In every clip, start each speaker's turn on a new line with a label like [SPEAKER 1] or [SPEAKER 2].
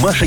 [SPEAKER 1] Маша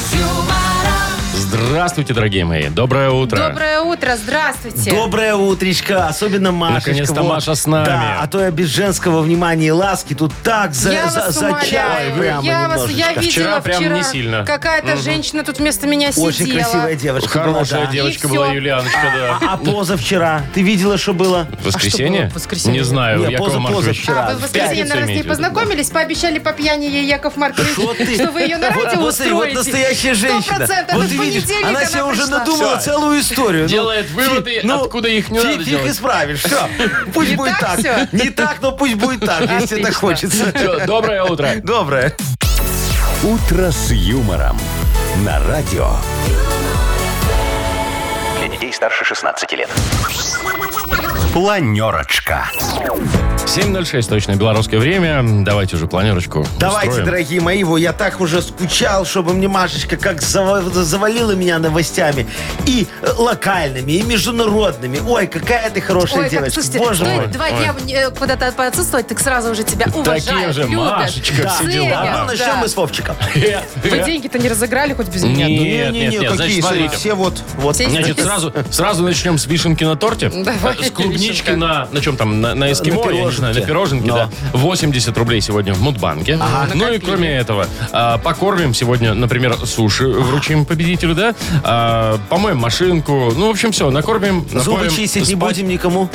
[SPEAKER 2] Здравствуйте, дорогие мои. Доброе утро.
[SPEAKER 3] Доброе утро, здравствуйте.
[SPEAKER 4] Доброе утречко, особенно Машечка.
[SPEAKER 2] Наконец-то
[SPEAKER 4] Вот.
[SPEAKER 2] Маша с нами.
[SPEAKER 4] Да, а то я без женского внимания и ласки тут так за,
[SPEAKER 3] я
[SPEAKER 4] за-
[SPEAKER 3] вас умоляю,
[SPEAKER 4] зачаю прямо
[SPEAKER 3] я вас,
[SPEAKER 4] немножечко.
[SPEAKER 3] я видела
[SPEAKER 2] Вчера
[SPEAKER 3] вчера,
[SPEAKER 2] прям не сильно.
[SPEAKER 3] какая-то женщина тут вместо меня
[SPEAKER 4] Очень
[SPEAKER 3] сидела.
[SPEAKER 4] красивая девочка
[SPEAKER 2] Хорошая
[SPEAKER 4] была, да.
[SPEAKER 2] девочка
[SPEAKER 3] И
[SPEAKER 2] была
[SPEAKER 3] всё.
[SPEAKER 2] Юлианочка, да.
[SPEAKER 4] А позавчера? Ты видела, что было?
[SPEAKER 2] Воскресенье?
[SPEAKER 3] А что было в воскресенье?
[SPEAKER 2] Не знаю,
[SPEAKER 4] Не,
[SPEAKER 2] Яков
[SPEAKER 4] поза- поза
[SPEAKER 2] Маркович.
[SPEAKER 4] вчера.
[SPEAKER 3] А вы в
[SPEAKER 4] В
[SPEAKER 3] воскресенье,
[SPEAKER 2] пятницу
[SPEAKER 3] наверное, с
[SPEAKER 2] имеете
[SPEAKER 3] ней
[SPEAKER 2] в виду, да.
[SPEAKER 3] познакомились, пообещали по пьяни ей, Яков Маркович,
[SPEAKER 4] Что ты?
[SPEAKER 3] что вы ее на
[SPEAKER 4] Вот,
[SPEAKER 3] радио
[SPEAKER 4] вот смотри, вот
[SPEAKER 3] устроите.
[SPEAKER 4] настоящая женщина.
[SPEAKER 3] 100%,
[SPEAKER 4] вот
[SPEAKER 3] это
[SPEAKER 4] ты
[SPEAKER 3] в
[SPEAKER 4] видишь,
[SPEAKER 3] понедельник
[SPEAKER 4] она
[SPEAKER 3] она
[SPEAKER 4] себе уже
[SPEAKER 3] пришла.
[SPEAKER 4] надумала
[SPEAKER 2] Всё.
[SPEAKER 4] целую историю. Ну,
[SPEAKER 2] Делает выводы, откуда их не
[SPEAKER 4] фиг,
[SPEAKER 2] надо
[SPEAKER 4] фиг
[SPEAKER 2] делать.
[SPEAKER 4] исправишь, все. Пусть
[SPEAKER 3] Не
[SPEAKER 4] будет
[SPEAKER 3] так
[SPEAKER 4] так.
[SPEAKER 3] всё?
[SPEAKER 4] Не так, но пусть будет так, если
[SPEAKER 3] Отлично.
[SPEAKER 4] так хочется.
[SPEAKER 2] Всё, Доброе утро.
[SPEAKER 4] Доброе.
[SPEAKER 1] «Утро с юмором» на радио. Для детей старше 16 лет. Планерочка.
[SPEAKER 2] 7.06 точно белорусское время. Давайте уже планерочку
[SPEAKER 4] Давайте,
[SPEAKER 2] устроим.
[SPEAKER 4] дорогие мои, во, я так уже скучал, чтобы мне Машечка как зава- завалила меня новостями. И э, локальными, и международными. Ой, какая ты хорошая
[SPEAKER 3] Ой, как,
[SPEAKER 4] девочка.
[SPEAKER 3] слушайте,
[SPEAKER 4] Боже
[SPEAKER 3] стоит
[SPEAKER 4] мой.
[SPEAKER 3] два дня э, куда-то поотсутствовать, так сразу уже тебя уважают,
[SPEAKER 2] Такие же,
[SPEAKER 3] любят,
[SPEAKER 2] Машечка, все
[SPEAKER 3] ценят.
[SPEAKER 2] дела.
[SPEAKER 4] Ладно,
[SPEAKER 3] Да.
[SPEAKER 4] начнем ну, мы с Вовчиком.
[SPEAKER 3] Вы деньги-то не разыграли хоть без меня?
[SPEAKER 2] Не.
[SPEAKER 3] да?
[SPEAKER 2] Нет,
[SPEAKER 4] Не-не-не,
[SPEAKER 2] нет, нет, значит,
[SPEAKER 4] какие смотри,
[SPEAKER 2] смотрите.
[SPEAKER 4] все вот, вот.
[SPEAKER 3] Все
[SPEAKER 2] Значит,
[SPEAKER 3] Из-
[SPEAKER 2] сразу, сразу начнем с вишенки на торте.
[SPEAKER 3] Давай,
[SPEAKER 2] Э, С клубнички
[SPEAKER 3] вишенка.
[SPEAKER 2] на, на чем там, на, на эскимо,
[SPEAKER 4] На
[SPEAKER 2] я не знаю, на пироженке,
[SPEAKER 4] пироженке.
[SPEAKER 2] да. 80 рублей сегодня в Мудбанке. Ну и кроме этого, а, покормим сегодня, например, суши вручим победителю, да? А, помоем машинку. Ну, в общем, все, накормим,
[SPEAKER 4] Зубы
[SPEAKER 2] напоим,
[SPEAKER 4] чистить не
[SPEAKER 2] спать-
[SPEAKER 4] будем никому.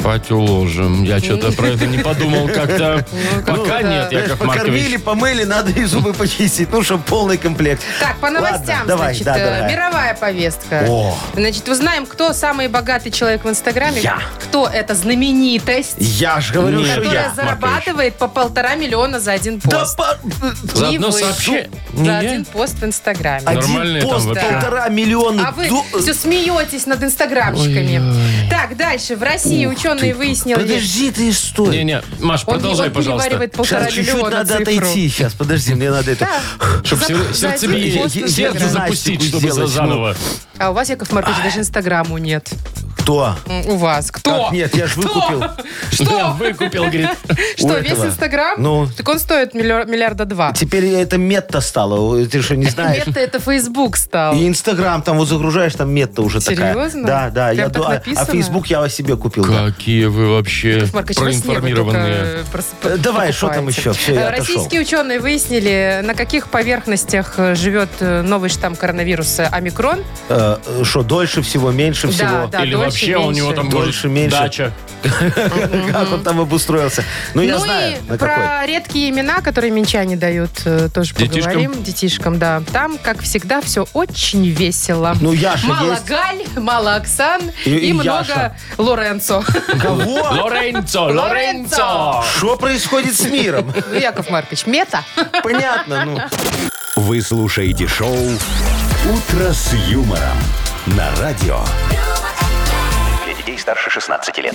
[SPEAKER 2] Спать уложим. Я что-то про это не подумал как-то. Пока нет,
[SPEAKER 4] Знаешь,
[SPEAKER 2] Яков
[SPEAKER 4] покормили,
[SPEAKER 2] Маркович.
[SPEAKER 4] помыли, надо и зубы почистить. Ну, чтобы полный комплект.
[SPEAKER 3] Так, по
[SPEAKER 4] Ладно,
[SPEAKER 3] новостям,
[SPEAKER 4] давай,
[SPEAKER 3] значит,
[SPEAKER 4] да,
[SPEAKER 3] э,
[SPEAKER 4] дорогая.
[SPEAKER 3] мировая повестка.
[SPEAKER 4] О.
[SPEAKER 3] Значит, узнаем, кто самый богатый человек в Инстаграме.
[SPEAKER 4] Я.
[SPEAKER 3] Кто эта знаменитость,
[SPEAKER 4] Я же говорю,
[SPEAKER 2] Нет.
[SPEAKER 4] что
[SPEAKER 3] которая
[SPEAKER 4] я.
[SPEAKER 3] зарабатывает по полтора миллиона за один
[SPEAKER 4] Да
[SPEAKER 3] пост.
[SPEAKER 4] по- э,
[SPEAKER 2] За
[SPEAKER 3] И
[SPEAKER 2] одно
[SPEAKER 3] вы.
[SPEAKER 2] сообщение.
[SPEAKER 3] За
[SPEAKER 2] Не я?
[SPEAKER 3] один пост в Инстаграме.
[SPEAKER 2] А
[SPEAKER 4] Один
[SPEAKER 2] Нормальные там
[SPEAKER 4] пост,
[SPEAKER 2] вообще.
[SPEAKER 4] полтора миллиона.
[SPEAKER 3] А вы
[SPEAKER 4] ду-
[SPEAKER 3] все смеетесь над инстаграмщиками. Так, дальше. В России ученые выяснили...
[SPEAKER 4] Подожди ты, стой.
[SPEAKER 2] Не-не, Маш,
[SPEAKER 3] Он-
[SPEAKER 2] продолжай,
[SPEAKER 3] он
[SPEAKER 2] пожалуйста.
[SPEAKER 3] переваривает полтора
[SPEAKER 4] Сейчас чуть-чуть
[SPEAKER 3] миллиона
[SPEAKER 4] надо
[SPEAKER 3] цифру.
[SPEAKER 4] отойти. Сейчас, подожди, мне надо это...
[SPEAKER 3] Да.
[SPEAKER 2] Чтобы
[SPEAKER 3] За-
[SPEAKER 2] сер-
[SPEAKER 3] за один
[SPEAKER 2] сердцебиение,
[SPEAKER 3] пост в
[SPEAKER 2] сердце
[SPEAKER 3] Инстаграме.
[SPEAKER 2] запустить, чтобы за-
[SPEAKER 4] Сделать, ну.
[SPEAKER 2] заново.
[SPEAKER 3] А у вас, Яков Маркович, даже инстаграму нет.
[SPEAKER 4] Кто?
[SPEAKER 3] М, У вас. А, Кто?
[SPEAKER 4] Как нет, я ж выкупил.
[SPEAKER 3] Что?
[SPEAKER 2] Я выкупил, говорит.
[SPEAKER 3] Что,
[SPEAKER 4] у
[SPEAKER 3] весь
[SPEAKER 4] этого.
[SPEAKER 3] инстаграм?
[SPEAKER 4] Ну.
[SPEAKER 3] Так он стоит миллиар- миллиарда два.
[SPEAKER 4] Теперь это метта стало, ты что, не знаешь?
[SPEAKER 3] Мета это Facebook стал.
[SPEAKER 4] И Инстаграм там вот загружаешь, там метта уже такая.
[SPEAKER 3] Серьезно?
[SPEAKER 4] Да, да.
[SPEAKER 3] Прям
[SPEAKER 4] Я
[SPEAKER 3] так
[SPEAKER 4] ду- а-
[SPEAKER 3] написано?
[SPEAKER 4] а Фейсбук я себе купил. да.
[SPEAKER 2] Какие вы вообще
[SPEAKER 3] Яков Маркович, вы а с неба
[SPEAKER 2] проинформированные.
[SPEAKER 3] только, э, прос-
[SPEAKER 4] Э, давай, что там
[SPEAKER 3] покупаете.
[SPEAKER 4] еще? Всё, я
[SPEAKER 3] Э,
[SPEAKER 4] отошел.
[SPEAKER 3] Российские ученые выяснили, на каких поверхностях э, живет э, новый штамм коронавируса омикрон.
[SPEAKER 4] Э, э, Что, дольше всего, меньше
[SPEAKER 3] Да,
[SPEAKER 4] всего?
[SPEAKER 3] да,
[SPEAKER 2] Или
[SPEAKER 3] дольше,
[SPEAKER 2] вообще у него
[SPEAKER 3] меньше.
[SPEAKER 2] там
[SPEAKER 4] Дольше,
[SPEAKER 2] может,
[SPEAKER 4] меньше.
[SPEAKER 2] дача.
[SPEAKER 4] Как он там обустроился? Ну, я
[SPEAKER 3] ну
[SPEAKER 4] знаю,
[SPEAKER 3] и
[SPEAKER 4] на
[SPEAKER 3] про
[SPEAKER 4] какой.
[SPEAKER 3] редкие имена, которые минчане дают, э, тоже
[SPEAKER 2] Детишкам?
[SPEAKER 3] поговорим. Детишкам, да. Там, как всегда, все очень весело.
[SPEAKER 4] Ну, Яша
[SPEAKER 3] мало
[SPEAKER 4] есть.
[SPEAKER 3] Галь, мало Оксан и,
[SPEAKER 4] И- и
[SPEAKER 3] много
[SPEAKER 4] Яша.
[SPEAKER 3] Лоренцо.
[SPEAKER 4] Кого?
[SPEAKER 2] Лоренцо,
[SPEAKER 3] Лоренцо!
[SPEAKER 2] Лоренцо!
[SPEAKER 4] Что происходит с миром?
[SPEAKER 3] Ну, Яков Маркович, мета.
[SPEAKER 4] Понятно, ну.
[SPEAKER 1] Вы слушаете шоу «Утро с юмором» на радио. Для детей старше 16 лет.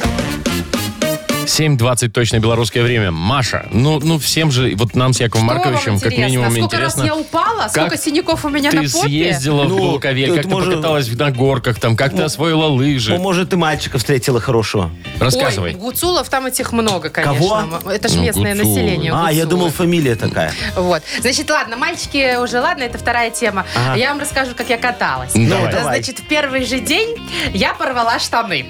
[SPEAKER 2] 7.20 точно белорусское время. Маша, ну, ну всем же, вот нам с Яковом Марковичем, как минимум,
[SPEAKER 3] Сколько
[SPEAKER 2] интересно.
[SPEAKER 3] раз я упала, сколько синяков у меня на
[SPEAKER 2] ты
[SPEAKER 3] попе.
[SPEAKER 2] съездила в
[SPEAKER 4] Ну,
[SPEAKER 2] Гулкове,
[SPEAKER 4] тут
[SPEAKER 2] как ты
[SPEAKER 4] можно-
[SPEAKER 2] покаталась в- на горках, там, как ты освоила
[SPEAKER 4] Ну,
[SPEAKER 2] лыжи.
[SPEAKER 4] может, ты мальчика встретила хорошего.
[SPEAKER 2] Рассказывай.
[SPEAKER 3] Ой, гуцулов там этих много, конечно.
[SPEAKER 4] Кого?
[SPEAKER 3] Это же
[SPEAKER 2] Ну,
[SPEAKER 3] местное
[SPEAKER 2] гуцулы.
[SPEAKER 3] население.
[SPEAKER 4] А, я
[SPEAKER 3] гуцулы.
[SPEAKER 4] думал, фамилия такая.
[SPEAKER 3] Вот. Значит, ладно, мальчики уже, ладно, это вторая тема.
[SPEAKER 4] Ага.
[SPEAKER 3] Я вам расскажу, как я каталась.
[SPEAKER 2] Ну,
[SPEAKER 3] Да,
[SPEAKER 2] давай.
[SPEAKER 3] Значит, в первый же день я порвала штаны.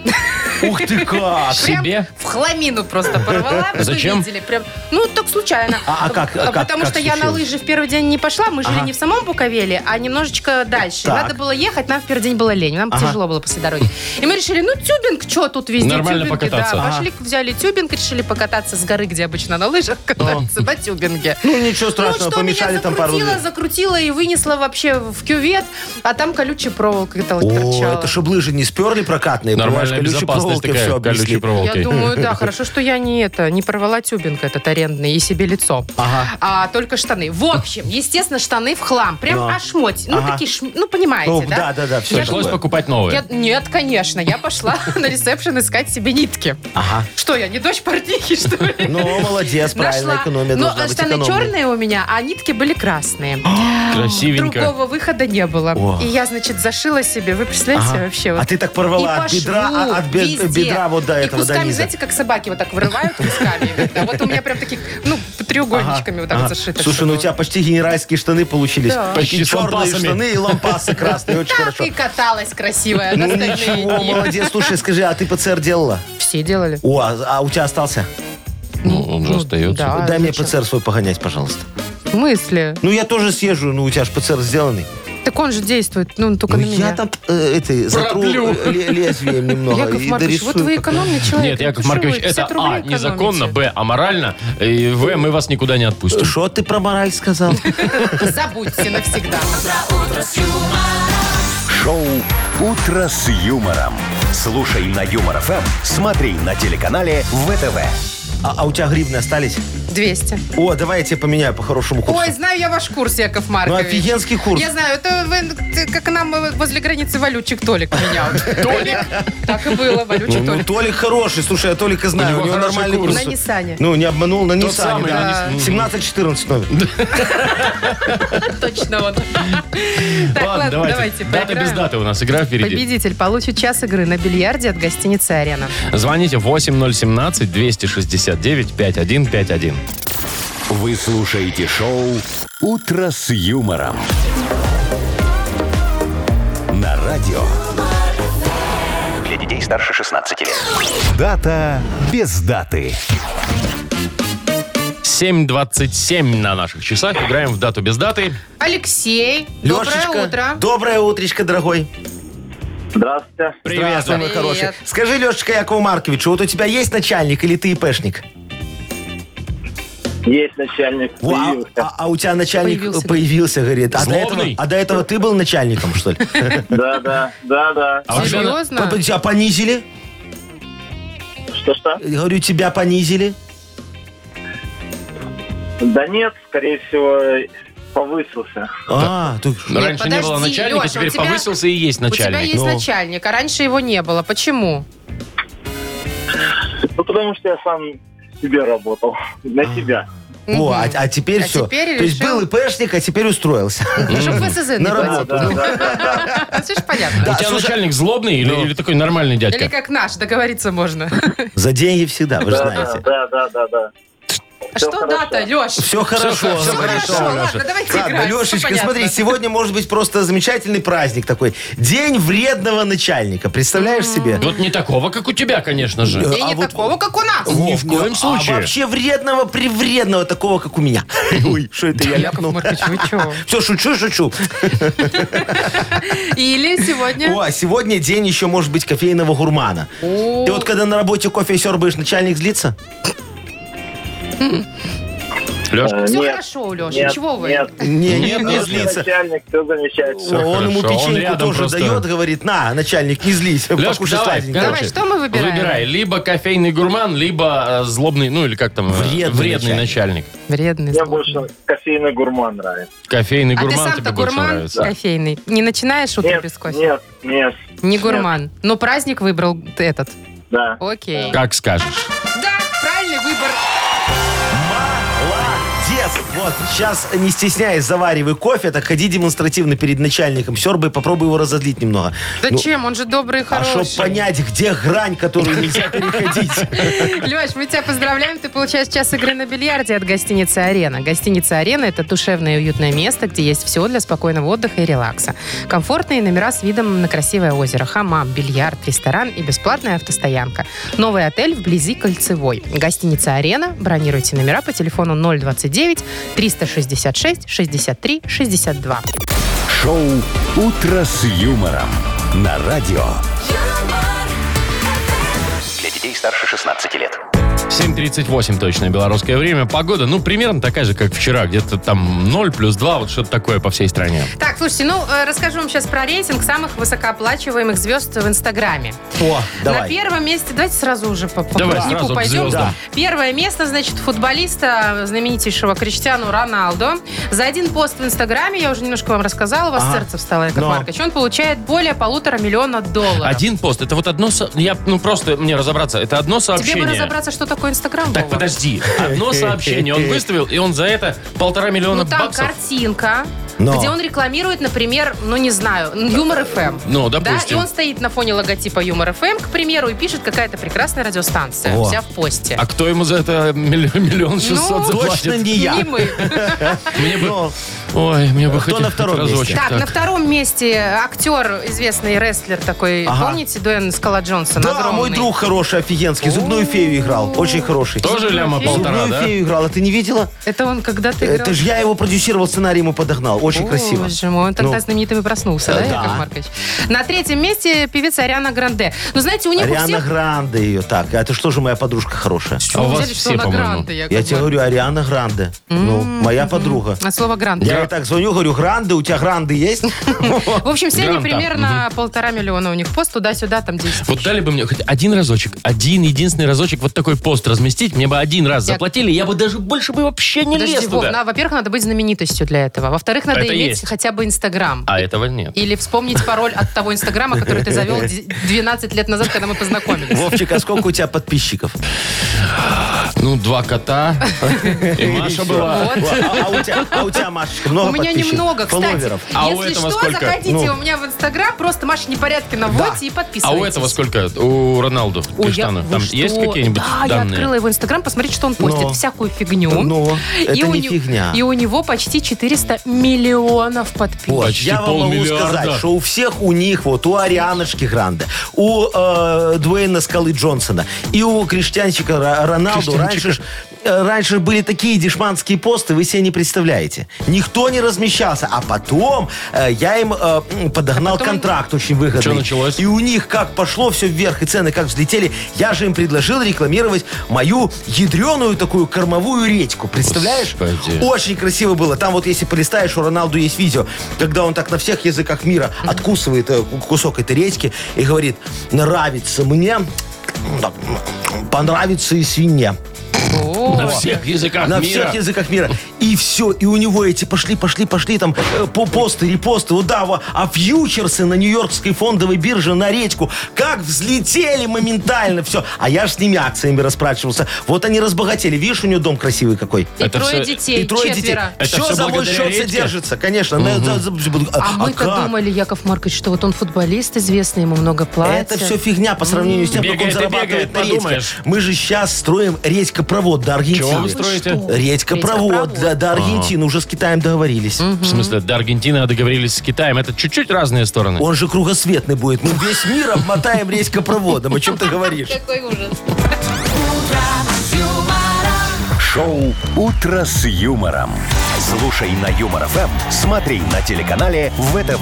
[SPEAKER 4] Ух ты как!
[SPEAKER 3] Прям
[SPEAKER 2] Себе?
[SPEAKER 3] в хламину просто порвала. Вы бы
[SPEAKER 2] Зачем?
[SPEAKER 3] видели. Прям, ну, так случайно.
[SPEAKER 4] А- а как- а как-
[SPEAKER 3] Потому
[SPEAKER 4] как
[SPEAKER 3] что я на
[SPEAKER 4] случилось?
[SPEAKER 3] лыжи в первый день не пошла. Мы жили
[SPEAKER 4] Ага.
[SPEAKER 3] не в самом Буковеле, а немножечко дальше.
[SPEAKER 4] Так.
[SPEAKER 3] Надо было ехать, нам в первый день было лень. Нам
[SPEAKER 4] Ага.
[SPEAKER 3] тяжело было после дороги. И мы решили, ну, тюбинг, что тут везде?
[SPEAKER 2] Нормально
[SPEAKER 3] тюбинги,
[SPEAKER 2] покататься.
[SPEAKER 3] Да,
[SPEAKER 2] Ага.
[SPEAKER 3] пошли, взяли тюбинг, решили покататься с горы, где обычно на лыжах катаются, на тюбинге.
[SPEAKER 4] Ну, ничего страшного,
[SPEAKER 3] Ну, что
[SPEAKER 4] помешали
[SPEAKER 3] меня
[SPEAKER 4] там пару
[SPEAKER 3] закрутило,
[SPEAKER 4] рублей.
[SPEAKER 3] закрутило и вынесло вообще в кювет, а там колючая проволока тол-
[SPEAKER 4] О,
[SPEAKER 3] торчала.
[SPEAKER 4] это чтоб лыжи не сперли прокатные.
[SPEAKER 2] Нормальная
[SPEAKER 4] понимаешь, колючей
[SPEAKER 2] безопасная оказалась
[SPEAKER 4] проволоке
[SPEAKER 2] такая
[SPEAKER 4] всё
[SPEAKER 2] колючей
[SPEAKER 4] объяснить.
[SPEAKER 2] проволокой.
[SPEAKER 3] Я думаю, да, хорошо, что я не это, не порвала тюбинг этот арендный и себе лицо.
[SPEAKER 4] Ага.
[SPEAKER 3] А только штаны. В общем, естественно, штаны в хлам. Прям
[SPEAKER 4] Ну.
[SPEAKER 3] аж моть. Ну,
[SPEAKER 4] Ага.
[SPEAKER 3] такие, шм- ну, понимаете,
[SPEAKER 4] Ну,
[SPEAKER 3] да?
[SPEAKER 4] да, да, да, всё
[SPEAKER 3] Я
[SPEAKER 2] Пришлось
[SPEAKER 4] такое.
[SPEAKER 2] покупать новые.
[SPEAKER 3] Я- нет, конечно. Я пошла на ресепшн искать себе нитки.
[SPEAKER 4] Ага.
[SPEAKER 3] Что, я не дочь портнихи, что ли?
[SPEAKER 4] Ну, молодец, правильно,
[SPEAKER 3] Нашла. Ну,
[SPEAKER 4] экономия
[SPEAKER 3] Но
[SPEAKER 4] должна быть
[SPEAKER 3] штаны
[SPEAKER 4] экономной.
[SPEAKER 3] черные у меня, а нитки были красные.
[SPEAKER 2] Красивенько.
[SPEAKER 3] Другого выхода не было.
[SPEAKER 4] О.
[SPEAKER 3] И я, значит, зашила себе. Вы представляете
[SPEAKER 4] Ага.
[SPEAKER 3] вообще? вот
[SPEAKER 4] А ты так
[SPEAKER 3] и
[SPEAKER 4] порвала
[SPEAKER 3] по
[SPEAKER 4] от бедра,
[SPEAKER 3] шву,
[SPEAKER 4] а- от бе-
[SPEAKER 3] везде.
[SPEAKER 4] бедра вот до
[SPEAKER 3] и
[SPEAKER 4] этого, до
[SPEAKER 3] кусками,
[SPEAKER 4] низа.
[SPEAKER 3] знаете, как собаки вот так вырывают кусками. видно. Вот у меня прям таких, ну, треугольничками
[SPEAKER 4] Ага,
[SPEAKER 3] вот так
[SPEAKER 4] ага.
[SPEAKER 3] вот зашито.
[SPEAKER 4] Слушай,
[SPEAKER 3] всё
[SPEAKER 4] ну у
[SPEAKER 3] было.
[SPEAKER 4] тебя почти генеральские штаны получились.
[SPEAKER 3] Да.
[SPEAKER 2] Почти
[SPEAKER 4] Такие
[SPEAKER 2] с
[SPEAKER 4] черные
[SPEAKER 2] лампасами.
[SPEAKER 4] штаны и лампасы красные, очень
[SPEAKER 3] Так
[SPEAKER 4] хорошо.
[SPEAKER 3] и каталась красивая на
[SPEAKER 4] Ну
[SPEAKER 3] остальные
[SPEAKER 4] ничего,
[SPEAKER 3] дни.
[SPEAKER 4] молодец. Слушай, скажи, а ты ПЦР делала?
[SPEAKER 3] Все делали.
[SPEAKER 4] О, а а у тебя остался?
[SPEAKER 2] Ну, он же
[SPEAKER 3] Ну,
[SPEAKER 2] остается.
[SPEAKER 3] да. А,
[SPEAKER 4] Дай мне
[SPEAKER 3] зачем?
[SPEAKER 4] ПЦР свой погонять, пожалуйста.
[SPEAKER 3] В смысле?
[SPEAKER 4] Ну я тоже съезжу, ну у тебя же ПЦР сделанный.
[SPEAKER 3] Так он же действует, ну, только
[SPEAKER 4] Ну
[SPEAKER 3] на меня.
[SPEAKER 4] я там э, это, затру
[SPEAKER 2] Продлю.
[SPEAKER 4] э, ле- лезвием немного.
[SPEAKER 3] Яков
[SPEAKER 4] и
[SPEAKER 3] Маркович, вот вы
[SPEAKER 4] дорисую потом.
[SPEAKER 3] экономный человек.
[SPEAKER 2] Нет,
[SPEAKER 3] я
[SPEAKER 2] Яков
[SPEAKER 3] пишу,
[SPEAKER 2] Маркович,
[SPEAKER 3] вы 50
[SPEAKER 2] это
[SPEAKER 3] рублей
[SPEAKER 2] А,
[SPEAKER 3] экономите.
[SPEAKER 2] незаконно, Б, аморально, и В, мы вас никуда не отпустим.
[SPEAKER 4] Что ты про мораль сказал?
[SPEAKER 3] Забудьте навсегда.
[SPEAKER 1] Шоу «Утро с юмором». Слушай на Юмор ФМ, смотри на телеканале ВТВ.
[SPEAKER 4] А а у тебя гривны остались?
[SPEAKER 3] 200.
[SPEAKER 4] О, давай я тебе поменяю по хорошему курсу.
[SPEAKER 3] Ой, знаю я ваш курс, Яков
[SPEAKER 4] Ну
[SPEAKER 3] Маркович.
[SPEAKER 4] офигенский курс.
[SPEAKER 3] Я знаю, это вы, ты, как нам э, возле границы валютчик Толик менял. Толик? Так и было, валютчик
[SPEAKER 4] Ну,
[SPEAKER 3] Толик.
[SPEAKER 4] Толик хороший, слушай, я Толика знаю,
[SPEAKER 2] него
[SPEAKER 4] у него
[SPEAKER 2] хороший
[SPEAKER 4] нормальный
[SPEAKER 2] курс.
[SPEAKER 4] курс.
[SPEAKER 3] На Ниссане.
[SPEAKER 4] Ну, не обманул, на Ниссане,
[SPEAKER 2] самый,
[SPEAKER 4] да.
[SPEAKER 2] на Нисс-
[SPEAKER 4] 17-14 номер.
[SPEAKER 3] Точно он. Так,
[SPEAKER 2] Ладно, давайте. Дата без
[SPEAKER 3] поиграем.
[SPEAKER 2] даты у нас. Игра впереди.
[SPEAKER 3] Победитель получит час игры на бильярде от гостиницы «Арена».
[SPEAKER 2] Звоните 8017-269-5151.
[SPEAKER 1] Вы слушаете шоу «Утро с юмором». На радио.
[SPEAKER 5] Для детей старше 16 лет.
[SPEAKER 1] Дата без даты.
[SPEAKER 2] 7.27 на наших часах. Играем в дату без даты.
[SPEAKER 3] Алексей, доброе утро.
[SPEAKER 4] Доброе утречко, дорогой.
[SPEAKER 6] Здравствуйте.
[SPEAKER 2] Привет.
[SPEAKER 4] Здравствуй, мой
[SPEAKER 3] Привет.
[SPEAKER 4] хороший. Скажи, Лешечка Якову Марковичу, вот у тебя есть начальник или ты ИПшник?
[SPEAKER 6] Есть начальник.
[SPEAKER 4] Во, а-
[SPEAKER 6] Появился.
[SPEAKER 4] А, а у тебя начальник
[SPEAKER 3] Появился.
[SPEAKER 4] появился, говорит. А до, этого,
[SPEAKER 2] Злобный?
[SPEAKER 4] а до этого ты был начальником, что ли?
[SPEAKER 6] Да, да, да, да.
[SPEAKER 2] А у тебя-
[SPEAKER 3] Серьезно?
[SPEAKER 4] Вот Тебя понизили?
[SPEAKER 6] Что-что?
[SPEAKER 4] Я Говорю, тебя понизили?
[SPEAKER 6] Да нет, скорее всего, повысился.
[SPEAKER 4] А, ты...
[SPEAKER 2] Ну, Раньше не было
[SPEAKER 3] подожди,
[SPEAKER 2] начальника,
[SPEAKER 3] Лёш,
[SPEAKER 2] теперь
[SPEAKER 3] у тебя-
[SPEAKER 2] повысился и есть
[SPEAKER 3] У тебя
[SPEAKER 2] начальник.
[SPEAKER 3] есть
[SPEAKER 4] Ну.
[SPEAKER 3] начальник, а раньше его не было. Почему?
[SPEAKER 6] Ну, потому что я сам себе работал. На себя.
[SPEAKER 4] Во, а, а теперь
[SPEAKER 3] А
[SPEAKER 4] все.
[SPEAKER 3] теперь
[SPEAKER 4] То есть
[SPEAKER 3] решил-
[SPEAKER 4] был ИПшник, а теперь устроился.
[SPEAKER 3] Чтобы в СЗН не
[SPEAKER 4] На
[SPEAKER 6] Да,
[SPEAKER 4] работу.
[SPEAKER 3] платить.
[SPEAKER 6] да, да, да.
[SPEAKER 3] Все же Ну, понятно.
[SPEAKER 2] У тебя
[SPEAKER 4] слушай-
[SPEAKER 2] начальник злобный или,
[SPEAKER 4] Ну.
[SPEAKER 2] или такой нормальный
[SPEAKER 3] Или
[SPEAKER 2] дядька?
[SPEAKER 3] как наш, договориться можно.
[SPEAKER 4] За деньги всегда, вы же знаете.
[SPEAKER 6] Да, да, да, да. Всё
[SPEAKER 3] Что
[SPEAKER 6] хорошо.
[SPEAKER 3] дата, Леш?
[SPEAKER 4] Все хорошо,
[SPEAKER 2] всё
[SPEAKER 4] говорит
[SPEAKER 3] хорошо,
[SPEAKER 4] он,
[SPEAKER 3] ладно,
[SPEAKER 4] Лёша.
[SPEAKER 3] давайте
[SPEAKER 4] Ладно,
[SPEAKER 3] играть, всё
[SPEAKER 4] Лёшечка,
[SPEAKER 3] понятно.
[SPEAKER 4] смотри, сегодня может быть просто замечательный праздник такой. День вредного начальника. Представляешь себе?
[SPEAKER 2] Вот не такого, как у тебя, конечно же.
[SPEAKER 3] И
[SPEAKER 4] а
[SPEAKER 3] не
[SPEAKER 4] вот-
[SPEAKER 3] такого, как у нас.
[SPEAKER 2] Ни
[SPEAKER 4] Во,
[SPEAKER 2] в коем
[SPEAKER 4] а
[SPEAKER 2] случае.
[SPEAKER 4] вообще вредного, привредного, такого, как у меня. Ой, что это я
[SPEAKER 3] Яков
[SPEAKER 4] ляпнул?
[SPEAKER 3] Маркович, вы чего?
[SPEAKER 4] Все, шучу, шучу.
[SPEAKER 3] Или сегодня...
[SPEAKER 4] О, а сегодня день еще может быть кофейного гурмана.
[SPEAKER 3] О,
[SPEAKER 4] Ты вот когда на работе кофе сербаешь, начальник злится?
[SPEAKER 2] Леш,
[SPEAKER 6] Э,
[SPEAKER 3] Все
[SPEAKER 6] нет,
[SPEAKER 3] хорошо у Леши,
[SPEAKER 6] нет,
[SPEAKER 3] чего вы?
[SPEAKER 6] Нет,
[SPEAKER 4] Не, нет, не
[SPEAKER 6] Хороший
[SPEAKER 4] злится.
[SPEAKER 6] начальник, все замечательно.
[SPEAKER 4] О, Он ему
[SPEAKER 2] хорошо, он
[SPEAKER 4] печеньку
[SPEAKER 2] рядом
[SPEAKER 4] тоже
[SPEAKER 2] просто.
[SPEAKER 4] дает, говорит, на, начальник, не злись,
[SPEAKER 2] Лёшка,
[SPEAKER 4] покушай
[SPEAKER 2] давай,
[SPEAKER 4] сладенького».
[SPEAKER 2] короче,
[SPEAKER 3] Давай, что мы выбираем?
[SPEAKER 2] Выбирай, либо кофейный гурман, либо э, злобный, ну или как там, э,
[SPEAKER 4] Вредный
[SPEAKER 2] вредный начальник.
[SPEAKER 3] Вредный.
[SPEAKER 6] Мне
[SPEAKER 3] злобный.
[SPEAKER 6] больше кофейный гурман нравится.
[SPEAKER 2] Кофейный
[SPEAKER 3] А ты
[SPEAKER 2] гурман
[SPEAKER 3] сам-то
[SPEAKER 2] тебе больше
[SPEAKER 3] гурман
[SPEAKER 2] нравится.
[SPEAKER 3] кофейный? Не начинаешь утро
[SPEAKER 6] Нет,
[SPEAKER 3] без кофе?
[SPEAKER 6] нет, нет,
[SPEAKER 3] Не гурман. Но праздник выбрал ты этот.
[SPEAKER 6] да.
[SPEAKER 3] Окей.
[SPEAKER 2] Как скажешь.
[SPEAKER 3] Да, правильный выбор.
[SPEAKER 4] Молодец! Вот, сейчас, не стесняясь, заваривай кофе, так ходи демонстративно перед начальником сербы, попробуй его разозлить немного. Ну,
[SPEAKER 3] Зачем? Он же добрый и
[SPEAKER 4] а чтоб
[SPEAKER 3] хороший.
[SPEAKER 4] понять, где грань, которую нельзя переходить.
[SPEAKER 3] Леш, мы тебя поздравляем. Ты получаешь час игры на бильярде от гостиницы «Арена». Гостиница «Арена» — это душевное и уютное место, где есть все для спокойного отдыха и релакса. Комфортные номера с видом на красивое озеро, хамам, бильярд, ресторан и бесплатная автостоянка. Новый отель вблизи Кольцевой. Гостиница «Арена». Бронируйте номера по телефону 029 366 63 62.
[SPEAKER 1] Шоу «Утро с юмором» на радио.
[SPEAKER 5] Для детей старше 16 лет.
[SPEAKER 2] 7.38 точное белорусское время. Погода, ну, примерно такая же, как вчера. Где-то там 0 плюс 2, вот что-то такое по всей стране.
[SPEAKER 3] Так, слушайте, ну, э, расскажу вам сейчас про рейтинг самых высокооплачиваемых звезд в Инстаграме.
[SPEAKER 4] О,
[SPEAKER 3] На
[SPEAKER 4] давай.
[SPEAKER 3] первом месте, давайте сразу уже по, по
[SPEAKER 2] Давай
[SPEAKER 3] по
[SPEAKER 2] сразу
[SPEAKER 3] дневнику
[SPEAKER 2] к
[SPEAKER 3] пойдем.
[SPEAKER 2] звездам.
[SPEAKER 3] Первое место, значит, футболиста знаменитейшего Криштиану Роналдо. За один пост в Инстаграме, я уже немножко вам рассказала, у вас
[SPEAKER 4] Ага.
[SPEAKER 3] сердце встало, Яков
[SPEAKER 4] Но.
[SPEAKER 3] Маркович, он получает более полутора миллиона долларов.
[SPEAKER 2] Один пост, это вот одно... со- Я, ну, просто мне разобраться. Это одно
[SPEAKER 3] Тебе
[SPEAKER 2] сообщение.
[SPEAKER 3] бы разобраться, что такое Инстаграм.
[SPEAKER 2] Так,
[SPEAKER 3] Вова.
[SPEAKER 2] подожди. Одно сообщение он выставил, и он за это полтора миллиона
[SPEAKER 3] Ну, там
[SPEAKER 2] баксов.
[SPEAKER 3] картинка,
[SPEAKER 4] Но.
[SPEAKER 3] где он рекламирует, например, ну, не знаю, Юмор ФМ.
[SPEAKER 2] Ну,
[SPEAKER 3] Да, и
[SPEAKER 2] допустим.
[SPEAKER 3] он стоит на фоне логотипа Юмор ФМ, к примеру, и пишет какая-то прекрасная радиостанция,
[SPEAKER 4] О.
[SPEAKER 3] вся в посте.
[SPEAKER 2] А кто ему за это миллион, миллион шестьсот
[SPEAKER 3] Ну,
[SPEAKER 4] Точно
[SPEAKER 2] заплатит?
[SPEAKER 4] не я.
[SPEAKER 3] Не мы.
[SPEAKER 2] Мне бы-
[SPEAKER 4] Но
[SPEAKER 2] Ой, мне бы
[SPEAKER 4] Кто
[SPEAKER 2] хоть
[SPEAKER 4] на втором месте?
[SPEAKER 2] разочек.
[SPEAKER 3] Так, на втором месте актер, известный рестлер такой,
[SPEAKER 4] Ага.
[SPEAKER 3] помните, Дуэн Скала Джонсон?
[SPEAKER 4] Да,
[SPEAKER 3] огромный.
[SPEAKER 4] мой друг хороший, офигенский. Зубную фею играл. Очень хороший.
[SPEAKER 2] Тоже ляма
[SPEAKER 3] Зубную
[SPEAKER 2] полтора,
[SPEAKER 4] Зубную
[SPEAKER 2] да?
[SPEAKER 4] фею играл. А ты не видела?
[SPEAKER 3] Это он когда-то играл?
[SPEAKER 4] Это же я его продюсировал, сценарий ему подогнал. Очень красиво.
[SPEAKER 3] Боже мой, он тогда
[SPEAKER 4] Ну.
[SPEAKER 3] знаменитым и проснулся, да,
[SPEAKER 4] Э,
[SPEAKER 3] Яков
[SPEAKER 4] да.
[SPEAKER 3] Маркович? На третьем месте певица Ариана Гранде. Ну, знаете, у них у
[SPEAKER 4] Ариана
[SPEAKER 3] всех...
[SPEAKER 4] Гранде ее. Так, А это что же моя подружка хорошая?
[SPEAKER 2] А у
[SPEAKER 3] Ну,
[SPEAKER 2] вас
[SPEAKER 3] взяли, что
[SPEAKER 2] все,
[SPEAKER 3] она
[SPEAKER 2] по-моему.
[SPEAKER 3] Гранде, Яков
[SPEAKER 4] Я тебе
[SPEAKER 3] Маркович. А
[SPEAKER 4] говорю, Ариана Гранде. Ну,
[SPEAKER 3] М-м-м.
[SPEAKER 4] моя подруга.
[SPEAKER 3] От слова гранды.
[SPEAKER 4] Я ей так звоню, говорю, Гранде, у тебя Гранды есть?
[SPEAKER 3] В общем, все они
[SPEAKER 2] Гранта.
[SPEAKER 3] примерно полтора миллиона у них пост, туда-сюда, там 10
[SPEAKER 2] Вот дали бы мне хоть один разочек, один единственный разочек вот такой пост разместить, мне бы один раз
[SPEAKER 3] Я-
[SPEAKER 2] заплатили, я бы даже больше бы вообще не лез
[SPEAKER 3] Подожди, Вов,
[SPEAKER 2] туда.
[SPEAKER 3] на- во-первых, надо быть знаменитостью для этого. Во-вторых, надо
[SPEAKER 2] Это
[SPEAKER 3] иметь
[SPEAKER 2] есть.
[SPEAKER 3] хотя бы Инстаграм.
[SPEAKER 2] А этого нет.
[SPEAKER 3] Или вспомнить пароль от того Инстаграма, который ты завел д- 12 лет назад, когда мы познакомились.
[SPEAKER 4] Вовчик, а сколько у тебя подписчиков?
[SPEAKER 2] Ну, два кота. И Маша была.
[SPEAKER 3] Вот.
[SPEAKER 4] Во, А а у тебя, а у тебя, Машечка, много
[SPEAKER 3] У меня
[SPEAKER 4] подписчиков?
[SPEAKER 3] немного, кстати.
[SPEAKER 4] Фолловеров?
[SPEAKER 2] А у
[SPEAKER 3] Если
[SPEAKER 2] этого
[SPEAKER 3] что,
[SPEAKER 2] сколько?
[SPEAKER 3] заходите
[SPEAKER 4] Ну.
[SPEAKER 3] у меня в Инстаграм, просто Маша Непорядки на вводьте и
[SPEAKER 2] А
[SPEAKER 3] подписывайтесь.
[SPEAKER 2] у этого сколько? У Роналду
[SPEAKER 3] Ой, я-
[SPEAKER 2] Криштиану.
[SPEAKER 3] вы
[SPEAKER 2] Там
[SPEAKER 3] что?
[SPEAKER 2] есть какие-нибудь
[SPEAKER 3] Да, я
[SPEAKER 2] данные?
[SPEAKER 3] открыла его Инстаграм, посмотреть, что он постит.
[SPEAKER 4] Но.
[SPEAKER 3] Всякую фигню.
[SPEAKER 4] Но,
[SPEAKER 3] и
[SPEAKER 4] это
[SPEAKER 3] у
[SPEAKER 4] не
[SPEAKER 3] не-
[SPEAKER 4] фигня.
[SPEAKER 3] И у него почти 400 миллионов подписчиков.
[SPEAKER 4] Вот,
[SPEAKER 2] Почти
[SPEAKER 4] я вам могу
[SPEAKER 2] полмиллиарда.
[SPEAKER 4] сказать, что у всех у них, вот у Арианочки Гранде, у э, Дуэйна Скалы Джонсона и у Криштианчика Ро- Роналду раньше, ж- э, раньше были такие дешманские посты, вы себе не представляете. Никто не размещался, а потом э, я им э, м, подогнал
[SPEAKER 3] потом-
[SPEAKER 4] контракт очень выгодный.
[SPEAKER 2] Чё началось?
[SPEAKER 4] И у них как пошло все вверх, и цены как взлетели, я же им предложил рекламировать мою ядреную такую кормовую редьку, представляешь?
[SPEAKER 2] Господи.
[SPEAKER 4] Очень красиво было. Там вот если полистаешь, у Роналду есть видео, когда он так на всех языках мира откусывает э, кусок этой редьки и говорит, нравится мне, понравится и свинья.
[SPEAKER 2] На всех языках
[SPEAKER 4] На
[SPEAKER 2] мира.
[SPEAKER 4] всех языках мира. И все. И у него эти пошли, пошли, пошли там э, по посты, репосты. Вот да, во- а фьючерсы на Нью-Йоркской фондовой бирже на речку как взлетели моментально все. А я ж с ними акциями расплачивался. Вот они разбогатели. Видишь, у него дом красивый какой.
[SPEAKER 3] И
[SPEAKER 2] Это
[SPEAKER 3] трое
[SPEAKER 2] всё-
[SPEAKER 3] детей,
[SPEAKER 4] И трое детей.
[SPEAKER 3] четверо.
[SPEAKER 2] Это
[SPEAKER 4] все
[SPEAKER 2] всё
[SPEAKER 4] за мой
[SPEAKER 2] благодаря
[SPEAKER 4] счет все
[SPEAKER 2] Редьке?
[SPEAKER 4] держится, конечно. На- за- за- за-
[SPEAKER 3] А мы-то
[SPEAKER 4] как?
[SPEAKER 3] думали, Яков Маркович, что вот он футболист известный, ему много платят.
[SPEAKER 4] Это все фигня по сравнению с тем, как он
[SPEAKER 2] Бегает и
[SPEAKER 4] зарабатывает
[SPEAKER 2] бегает,
[SPEAKER 4] на редьке.
[SPEAKER 2] подумаешь.
[SPEAKER 4] Мы же сейчас строим редькопровод до Аргентины.
[SPEAKER 2] Чего вы строите?
[SPEAKER 4] Редькопровод
[SPEAKER 3] Редькопровод.
[SPEAKER 4] до, до Аргентины. Уже с Китаем договорились.
[SPEAKER 2] В смысле, до Аргентины договорились с Китаем. Это чуть-чуть разные стороны.
[SPEAKER 4] Он же кругосветный будет. Мы весь мир обмотаем редькопроводом. О чем ты говоришь?
[SPEAKER 3] Какой ужас.
[SPEAKER 1] Шоу «Утро с юмором». Слушай на Юмор ФМ, смотри на телеканале ВТВ.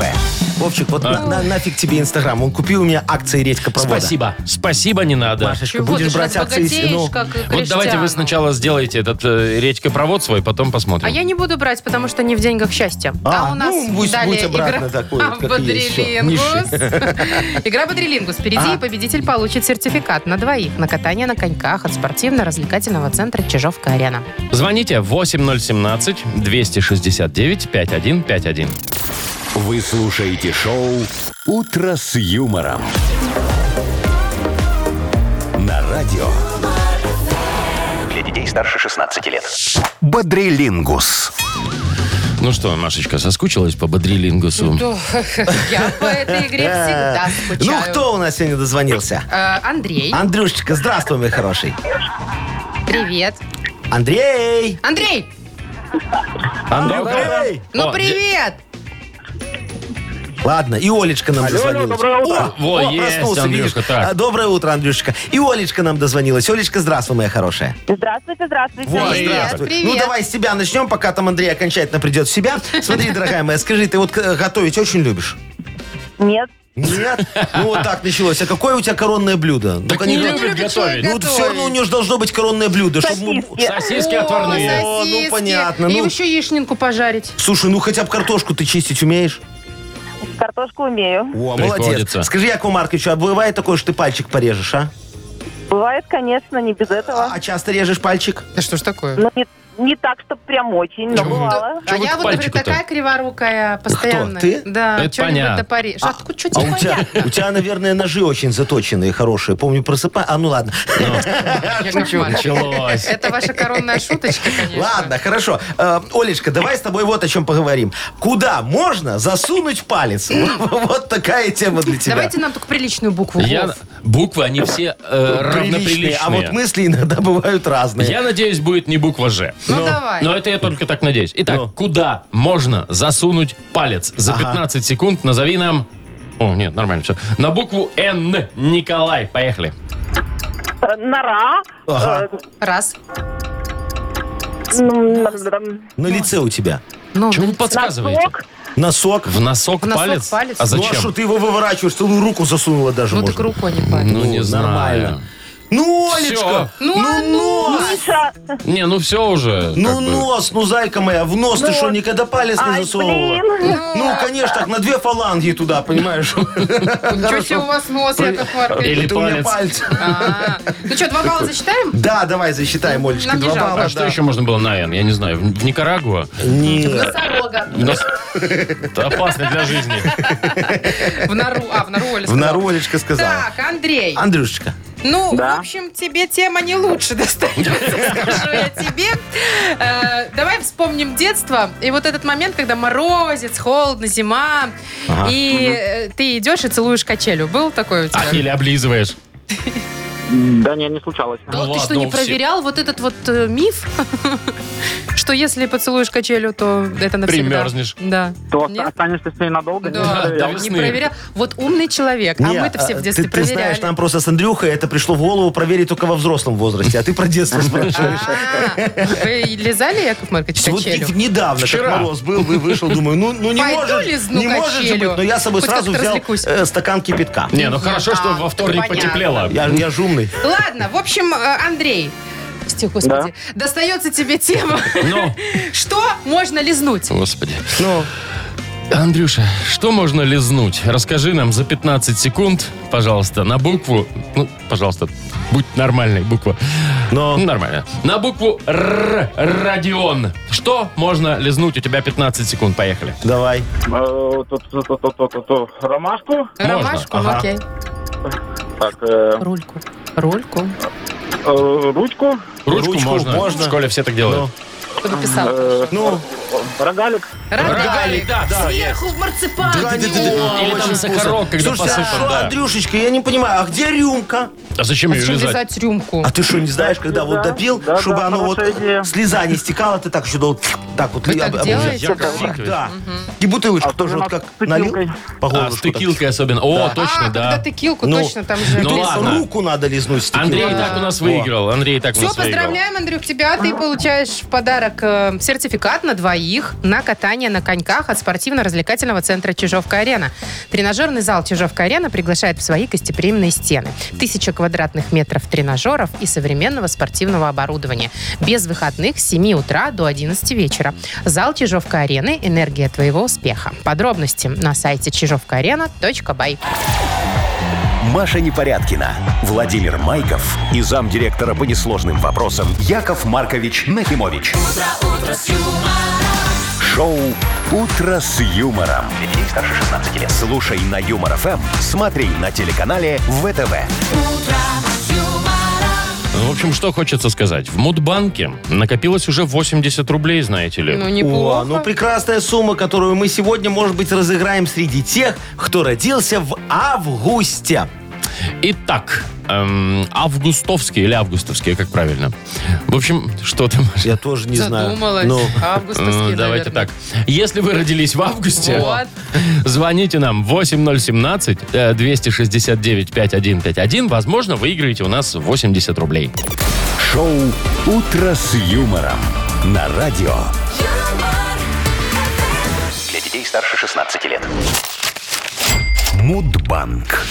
[SPEAKER 4] Вовчик,
[SPEAKER 2] А.
[SPEAKER 4] вот на- на- нафиг тебе Инстаграм. Он купил у меня акции редькопровода.
[SPEAKER 2] Спасибо. Спасибо, не надо.
[SPEAKER 4] Машечка,
[SPEAKER 3] Чего, ты
[SPEAKER 4] будешь
[SPEAKER 3] же
[SPEAKER 4] брать акции...
[SPEAKER 3] разбогатеешь,
[SPEAKER 4] ну,
[SPEAKER 3] как
[SPEAKER 2] Вот давайте
[SPEAKER 3] Криштиану.
[SPEAKER 2] вы сначала сделаете этот э, редькопровод свой, потом посмотрим.
[SPEAKER 3] А я не буду брать, потому что не в деньгах счастье.
[SPEAKER 4] А,
[SPEAKER 3] а у нас
[SPEAKER 4] ну, будь-
[SPEAKER 3] далее
[SPEAKER 4] будь обратно
[SPEAKER 3] игра
[SPEAKER 4] такой, вот, как и есть, всё,
[SPEAKER 3] Бодрилингус. Игра Бодрилингус. Впереди
[SPEAKER 4] Ага.
[SPEAKER 3] победитель получит сертификат на двоих на катание на коньках от спортивно-развлекательного центра «Чижовка-арена».
[SPEAKER 2] Звоните 8017-269-5151.
[SPEAKER 1] Вы слушаете шоу «Утро с юмором». На радио
[SPEAKER 5] Для детей старше 16 лет.
[SPEAKER 1] «Бодрилингус».
[SPEAKER 2] Ну что, Машечка, соскучилась по бодрилингусу?
[SPEAKER 3] Я по этой игре всегда
[SPEAKER 4] Ну,
[SPEAKER 3] скучаю.
[SPEAKER 4] кто у нас сегодня дозвонился?
[SPEAKER 3] Э, Андрей,
[SPEAKER 4] Андрюшечка, здравствуй, мой хороший.
[SPEAKER 3] привет.
[SPEAKER 4] Андрей!
[SPEAKER 3] Андрей,
[SPEAKER 2] Андрюха?
[SPEAKER 4] Андрей!
[SPEAKER 2] О,
[SPEAKER 3] ну привет!
[SPEAKER 4] Ладно, и Олечка нам дозвонилась.
[SPEAKER 6] доброе утро.
[SPEAKER 4] О,
[SPEAKER 2] Во,
[SPEAKER 4] о,
[SPEAKER 2] есть,
[SPEAKER 4] проснулся,
[SPEAKER 2] Андрюшка,
[SPEAKER 4] видишь?
[SPEAKER 2] так.
[SPEAKER 4] А, Доброе утро, Андрюшечка. И Олечка нам дозвонилась. Олечка, здравствуй, моя хорошая.
[SPEAKER 7] Здравствуйте, здравствуйте.
[SPEAKER 4] Во,
[SPEAKER 2] Привет,
[SPEAKER 4] здравствуй.
[SPEAKER 3] привет.
[SPEAKER 4] Ну, давай с тебя начнем, пока там Андрей окончательно придет в себя. Смотри, дорогая моя, скажи, ты вот э, готовить очень любишь?
[SPEAKER 7] Нет,
[SPEAKER 4] Нет? Ну вот так началось. А какое у тебя коронное блюдо? Ну,
[SPEAKER 2] Так не
[SPEAKER 4] конечно.
[SPEAKER 2] любит
[SPEAKER 3] любит
[SPEAKER 2] готовить.
[SPEAKER 4] Ну вот все равно у нее же должно быть коронное блюдо. чтобы мы-
[SPEAKER 7] Сосиски.
[SPEAKER 2] Сосиски отварные.
[SPEAKER 4] О, ну,
[SPEAKER 3] сосиски.
[SPEAKER 4] понятно,
[SPEAKER 3] И
[SPEAKER 4] ну.
[SPEAKER 3] еще яичнинку пожарить.
[SPEAKER 4] Слушай, ну хотя бы картошку ты чистить умеешь?
[SPEAKER 7] Картошку умею.
[SPEAKER 4] О,
[SPEAKER 2] Приходится.
[SPEAKER 4] молодец. Скажи, Якову Марковичу, а бывает такое, что ты пальчик порежешь, а?
[SPEAKER 7] Бывает, конечно, не без этого.
[SPEAKER 4] А часто режешь пальчик?
[SPEAKER 3] Да что ж такое?
[SPEAKER 6] Ну,
[SPEAKER 7] Но не, не так, что прям очень, но бывало.
[SPEAKER 2] Чё
[SPEAKER 3] а
[SPEAKER 2] вы
[SPEAKER 3] я
[SPEAKER 2] к
[SPEAKER 3] вот, например,
[SPEAKER 2] пальчику-то?
[SPEAKER 3] такая криворукая, постоянная.
[SPEAKER 4] ты?
[SPEAKER 3] Да,
[SPEAKER 2] Это
[SPEAKER 3] что-нибудь
[SPEAKER 2] понятно.
[SPEAKER 3] до пари. Что, ты- что
[SPEAKER 4] А
[SPEAKER 3] тебе
[SPEAKER 4] у тебя, у тебя, наверное, ножи очень заточенные, хорошие. Помню, просыпай. А ну ладно.
[SPEAKER 3] понятно, Яков Маркович?
[SPEAKER 2] Началось.
[SPEAKER 3] Это ваша коронная шуточка, конечно.
[SPEAKER 4] Ладно, хорошо. Э, Олечка, давай с тобой вот о чем поговорим. Куда можно засунуть палец? Вот такая тема для тебя.
[SPEAKER 3] Давайте нам только приличную букву.
[SPEAKER 2] Я...
[SPEAKER 3] Вов.
[SPEAKER 2] Буквы, они все э, равноприличные.
[SPEAKER 4] А вот мысли иногда бывают разные.
[SPEAKER 2] Я надеюсь, будет не буква «Ж».
[SPEAKER 3] Ну, давай.
[SPEAKER 2] Но это я только так надеюсь. Итак,
[SPEAKER 4] Ну.
[SPEAKER 2] куда можно засунуть палец? За 15 секунд назови нам... О, нет, нормально все. На букву «Н». Николай, поехали.
[SPEAKER 7] Э, Нора.
[SPEAKER 4] Ага.
[SPEAKER 7] э,
[SPEAKER 3] Раз. Ну,
[SPEAKER 6] ну,
[SPEAKER 7] м, м,
[SPEAKER 4] На лице у тебя.
[SPEAKER 3] Ну,
[SPEAKER 2] Чего вы подсказываете?
[SPEAKER 7] носок.
[SPEAKER 4] Носок.
[SPEAKER 2] В носок,
[SPEAKER 3] В носок
[SPEAKER 2] палец?
[SPEAKER 3] палец.
[SPEAKER 2] А
[SPEAKER 4] Ну а что
[SPEAKER 2] зачем?
[SPEAKER 4] ты его выворачиваешь? Целую руку засунула даже
[SPEAKER 3] ну
[SPEAKER 4] можно.
[SPEAKER 3] так руку не палец.
[SPEAKER 2] Ну, не знаю.
[SPEAKER 4] нормально. Ну, Олечка!
[SPEAKER 2] Всё.
[SPEAKER 3] Ну, а ну!
[SPEAKER 7] Миша.
[SPEAKER 2] Не, ну все уже.
[SPEAKER 4] Ну,
[SPEAKER 2] как бы.
[SPEAKER 4] нос, ну, зайка моя, в нос
[SPEAKER 3] Ну
[SPEAKER 4] ты
[SPEAKER 7] Нос.
[SPEAKER 4] что, никогда палец не
[SPEAKER 7] Ай,
[SPEAKER 4] засовывала?
[SPEAKER 7] блин.
[SPEAKER 4] Ну, конечно, так на две фаланги туда, понимаешь?
[SPEAKER 3] Ничего себе у вас нос, Яков Маркович.
[SPEAKER 2] Или
[SPEAKER 4] Это у меня
[SPEAKER 2] палец.
[SPEAKER 4] палец.
[SPEAKER 3] А. Ну что, два балла засчитаем?
[SPEAKER 4] Да, давай засчитаем, Олечка,
[SPEAKER 3] Нам не
[SPEAKER 4] два
[SPEAKER 3] жалко.
[SPEAKER 4] балла.
[SPEAKER 2] А что еще можно было на «Н»? Я не знаю. В в Никарагуа?
[SPEAKER 3] Носорога.
[SPEAKER 2] У нас- Это опасно для жизни.
[SPEAKER 3] В нору. А, в нору Оля
[SPEAKER 4] В
[SPEAKER 3] сказала.
[SPEAKER 4] нору Олечка сказала.
[SPEAKER 3] Так, Андрей.
[SPEAKER 4] Андрюшечка,
[SPEAKER 3] Ну,
[SPEAKER 6] Да.
[SPEAKER 3] в общем, тебе тема не лучше достается, скажу я тебе. Э, Давай вспомним детство. И вот этот момент, когда морозец, холодно, зима. И э, ты идешь и целуешь качелю. Был такой у тебя?
[SPEAKER 2] А, Или облизываешь.
[SPEAKER 6] Да не, не случалось.
[SPEAKER 3] Ну,
[SPEAKER 2] Ну
[SPEAKER 3] ты что,
[SPEAKER 2] ладно,
[SPEAKER 3] не
[SPEAKER 2] у всех.
[SPEAKER 3] проверял вот этот вот э, миф? Что если поцелуешь качелю, то это навсегда.
[SPEAKER 2] Примерзнешь.
[SPEAKER 3] Да.
[SPEAKER 6] То
[SPEAKER 3] Нет?
[SPEAKER 6] останешься с ней надолго? не
[SPEAKER 3] Да,
[SPEAKER 2] до
[SPEAKER 6] проверял.
[SPEAKER 3] не
[SPEAKER 2] весны.
[SPEAKER 3] проверял. Вот умный человек. А
[SPEAKER 4] не,
[SPEAKER 3] мы-то все в детстве
[SPEAKER 4] ты, ты
[SPEAKER 3] проверяли.
[SPEAKER 4] знаешь, нам просто с Андрюхой это пришло в голову проверить только во взрослом возрасте, а ты про детство спрашиваешь.
[SPEAKER 3] А, Вы лизали, Яков Маркович,
[SPEAKER 4] Вот
[SPEAKER 3] качелю?
[SPEAKER 4] не- недавно,
[SPEAKER 2] Вчера.
[SPEAKER 4] как мороз был, вы вышел, думаю, ну, ну не
[SPEAKER 3] Пойду
[SPEAKER 4] может,
[SPEAKER 3] лизну
[SPEAKER 4] не может же
[SPEAKER 3] качелю.
[SPEAKER 4] быть, но я с собой
[SPEAKER 3] Хоть
[SPEAKER 4] сразу
[SPEAKER 3] как-то
[SPEAKER 4] взял
[SPEAKER 3] развлекусь.
[SPEAKER 4] э, стакан кипятка.
[SPEAKER 2] Не, ну хорошо, что
[SPEAKER 3] А,
[SPEAKER 2] во вторник
[SPEAKER 3] понятно.
[SPEAKER 2] потеплело.
[SPEAKER 4] Я, я ж умный.
[SPEAKER 3] Ладно, в общем, э, Андрей. Прости, господи. Достается тебе тема.
[SPEAKER 2] Ну,
[SPEAKER 3] Что можно лизнуть?
[SPEAKER 2] господи. Андрюша, что можно лизнуть? Расскажи нам за 15 секунд, пожалуйста, на букву... Ну, пожалуйста, будь нормальной буква.
[SPEAKER 4] Но-
[SPEAKER 2] Ну, нормально. На букву Р. Родион. Что можно лизнуть? У тебя 15 секунд. Поехали.
[SPEAKER 4] Давай.
[SPEAKER 6] Э, то- то- то- то- то- то- то. Ромашку.
[SPEAKER 2] Можно,
[SPEAKER 3] Ромашку, ну,
[SPEAKER 4] ага.
[SPEAKER 3] окей.
[SPEAKER 6] Так, э,
[SPEAKER 3] Рульку. Рульку.
[SPEAKER 6] э, ручку.
[SPEAKER 2] Ручку,
[SPEAKER 4] Ручку
[SPEAKER 2] можно.
[SPEAKER 4] можно.
[SPEAKER 2] В школе все так делают.
[SPEAKER 3] Кто написал?
[SPEAKER 6] э,
[SPEAKER 4] Ну,
[SPEAKER 6] Рогалик.
[SPEAKER 3] Рогалик.
[SPEAKER 2] да, да.
[SPEAKER 3] Сверху в марципан.
[SPEAKER 4] да, да, да, да.
[SPEAKER 2] Или там
[SPEAKER 4] Очень
[SPEAKER 2] сахарок, когда
[SPEAKER 4] Слушай, а
[SPEAKER 2] посыпан,
[SPEAKER 4] что,
[SPEAKER 2] да.
[SPEAKER 4] Андрюшечка, я не понимаю, а где рюмка?
[SPEAKER 2] А зачем ее
[SPEAKER 3] Зачем
[SPEAKER 2] лизать?
[SPEAKER 3] лизать рюмку?
[SPEAKER 4] А ты что, не знаешь, когда вот
[SPEAKER 6] Да,
[SPEAKER 4] допил,
[SPEAKER 6] да,
[SPEAKER 4] чтобы
[SPEAKER 6] да,
[SPEAKER 4] оно вот
[SPEAKER 6] хорошая идея.
[SPEAKER 4] слеза не стекала, ты так еще дол- так вот
[SPEAKER 3] Вы
[SPEAKER 4] ли-
[SPEAKER 3] так
[SPEAKER 4] об- об-
[SPEAKER 3] делаете?
[SPEAKER 2] Яков Маркович.
[SPEAKER 4] Всегда. И бутылочку тоже вот как
[SPEAKER 6] А с
[SPEAKER 4] налил
[SPEAKER 6] тыкилкой.
[SPEAKER 4] по
[SPEAKER 2] А,
[SPEAKER 4] горлышку
[SPEAKER 2] с
[SPEAKER 4] так.
[SPEAKER 2] тыкилкой особенно. О, точно,
[SPEAKER 3] а, когда
[SPEAKER 2] да.
[SPEAKER 3] тыкилку,
[SPEAKER 4] Ну,
[SPEAKER 3] точно, там же...
[SPEAKER 2] ну
[SPEAKER 4] Тут
[SPEAKER 2] ладно.
[SPEAKER 4] руку надо лизнуть с тыкилкой.
[SPEAKER 2] Андрей и так у нас выиграл. Андрей и так у
[SPEAKER 3] Все,
[SPEAKER 2] нас выиграл.
[SPEAKER 3] поздравляем, Андрюх, тебя. Ты получаешь в подарок э, сертификат на двоих на катание на коньках от спортивно-развлекательного центра «Чижовка-арена». Тренажерный зал «Чижовка-арена» приглашает в свои гостеприимные стены. Тысяча квадратных метров тренажеров и современного спортивного оборудования. Без выходных с 7 утра до 11 вечера. Зал «Чижовка-арены» – энергия твоего успеха. Подробности на сайте чижовкаарена.бай.
[SPEAKER 1] Маша Непорядкина, Владимир Майков и замдиректора по несложным вопросам Яков Маркович Нахимович. Шоу Утро с юмором. Для детей старше 16 лет. Слушай на юмор ФМ, смотри на телеканале ВТВ.
[SPEAKER 2] Ну, в общем, что хочется сказать. В Мудбанке накопилось уже 80 рублей, знаете ли.
[SPEAKER 3] Ну,
[SPEAKER 4] О,
[SPEAKER 3] неплохо.
[SPEAKER 4] ну прекрасная сумма, которую мы сегодня, может быть, разыграем среди тех, кто родился в августе.
[SPEAKER 2] Итак, эм, августовские или августовские, как правильно? В общем, что там?
[SPEAKER 4] Я тоже не
[SPEAKER 3] Задумалась.
[SPEAKER 4] знаю. Ну,
[SPEAKER 3] Августовский,
[SPEAKER 2] Э, Давайте
[SPEAKER 3] наверное.
[SPEAKER 2] так. Если вы родились в августе,
[SPEAKER 3] Вот.
[SPEAKER 2] звоните нам 8017-269-5151. Возможно, выиграете у нас 80 рублей.
[SPEAKER 1] Шоу Утро с юмором на радио.
[SPEAKER 5] Для детей старше 16 лет.
[SPEAKER 1] Мудбанк.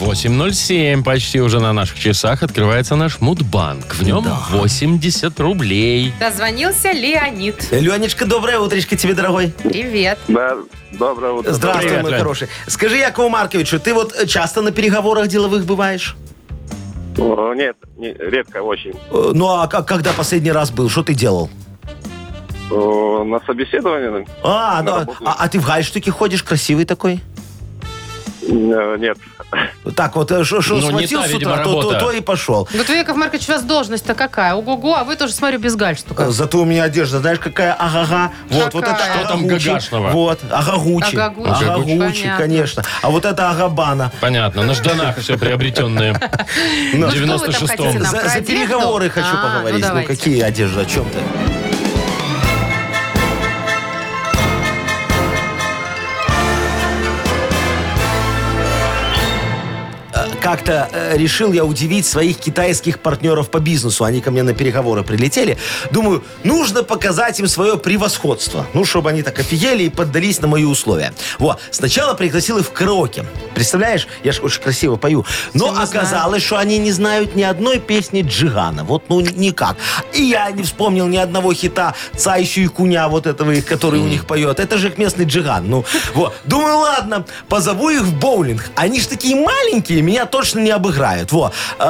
[SPEAKER 2] 8.07 почти уже на наших часах открывается наш Мудбанк. В нем 80 рублей.
[SPEAKER 3] Дозвонился Леонид.
[SPEAKER 4] Ленечка, доброе утречко тебе, дорогой.
[SPEAKER 3] Привет.
[SPEAKER 6] Да, доброе утро.
[SPEAKER 4] Здравствуй,
[SPEAKER 2] Привет,
[SPEAKER 4] мой
[SPEAKER 2] Лен.
[SPEAKER 4] хороший. Скажи, Якову Марковичу, ты вот э, часто на переговорах деловых бываешь?
[SPEAKER 6] О, Нет, не- редко очень.
[SPEAKER 4] Э, Ну, а к- когда последний раз был? Что ты делал?
[SPEAKER 6] О, На собеседовании?
[SPEAKER 4] А,
[SPEAKER 6] На
[SPEAKER 4] ну,
[SPEAKER 6] работу.
[SPEAKER 4] а, а ты в гальштуке ходишь, красивый такой?
[SPEAKER 6] э, Нет.
[SPEAKER 4] Так вот, что
[SPEAKER 2] Ну, не
[SPEAKER 4] схватил
[SPEAKER 2] та,
[SPEAKER 4] с
[SPEAKER 2] видимо,
[SPEAKER 4] утра, то, то,
[SPEAKER 2] работа.
[SPEAKER 4] то и пошел.
[SPEAKER 3] Вот вы, Яков Маркович, у вас должность-то какая? Ого-го, а вы тоже, смотрю, без гальштука.
[SPEAKER 4] Э, Зато у меня одежда, знаешь, какая агага. Вот, вот это
[SPEAKER 3] Какая?
[SPEAKER 2] Что там
[SPEAKER 4] агагучи.
[SPEAKER 2] гагашного?
[SPEAKER 4] Вот, агагучи.
[SPEAKER 3] Агагучи.
[SPEAKER 4] Агагучи,
[SPEAKER 3] Понятно.
[SPEAKER 4] конечно. А вот это агабана.
[SPEAKER 2] Понятно, на жданах все приобретенное.
[SPEAKER 4] Ну,
[SPEAKER 2] В
[SPEAKER 3] что вы там хотите
[SPEAKER 2] 96-м.
[SPEAKER 3] нам? про
[SPEAKER 4] За, за
[SPEAKER 3] одежду?
[SPEAKER 4] переговоры хочу
[SPEAKER 3] А, ну
[SPEAKER 4] поговорить. Ну,
[SPEAKER 3] давайте.
[SPEAKER 4] какие одежды, о чем ты? Э, Как-то э, решил я удивить своих китайских партнеров по бизнесу. Они ко мне на переговоры прилетели. Думаю, нужно показать им свое превосходство. Ну, чтобы они так офигели и поддались на мои условия. Вот. Сначала пригласил их в караоке. Представляешь? Я же очень красиво пою. Но
[SPEAKER 3] Всё не знаю.
[SPEAKER 4] оказалось, Оказалось, что они не знают ни одной песни Джигана. Вот, ну, никак. И я не вспомнил ни одного хита Цайщу и Куня, вот этого, их, который у них поет. Это же их местный Джиган. Ну, вот. Думаю, ладно, позову их в боулинг. Они ж такие маленькие, меня точно не обыграют. Во. А,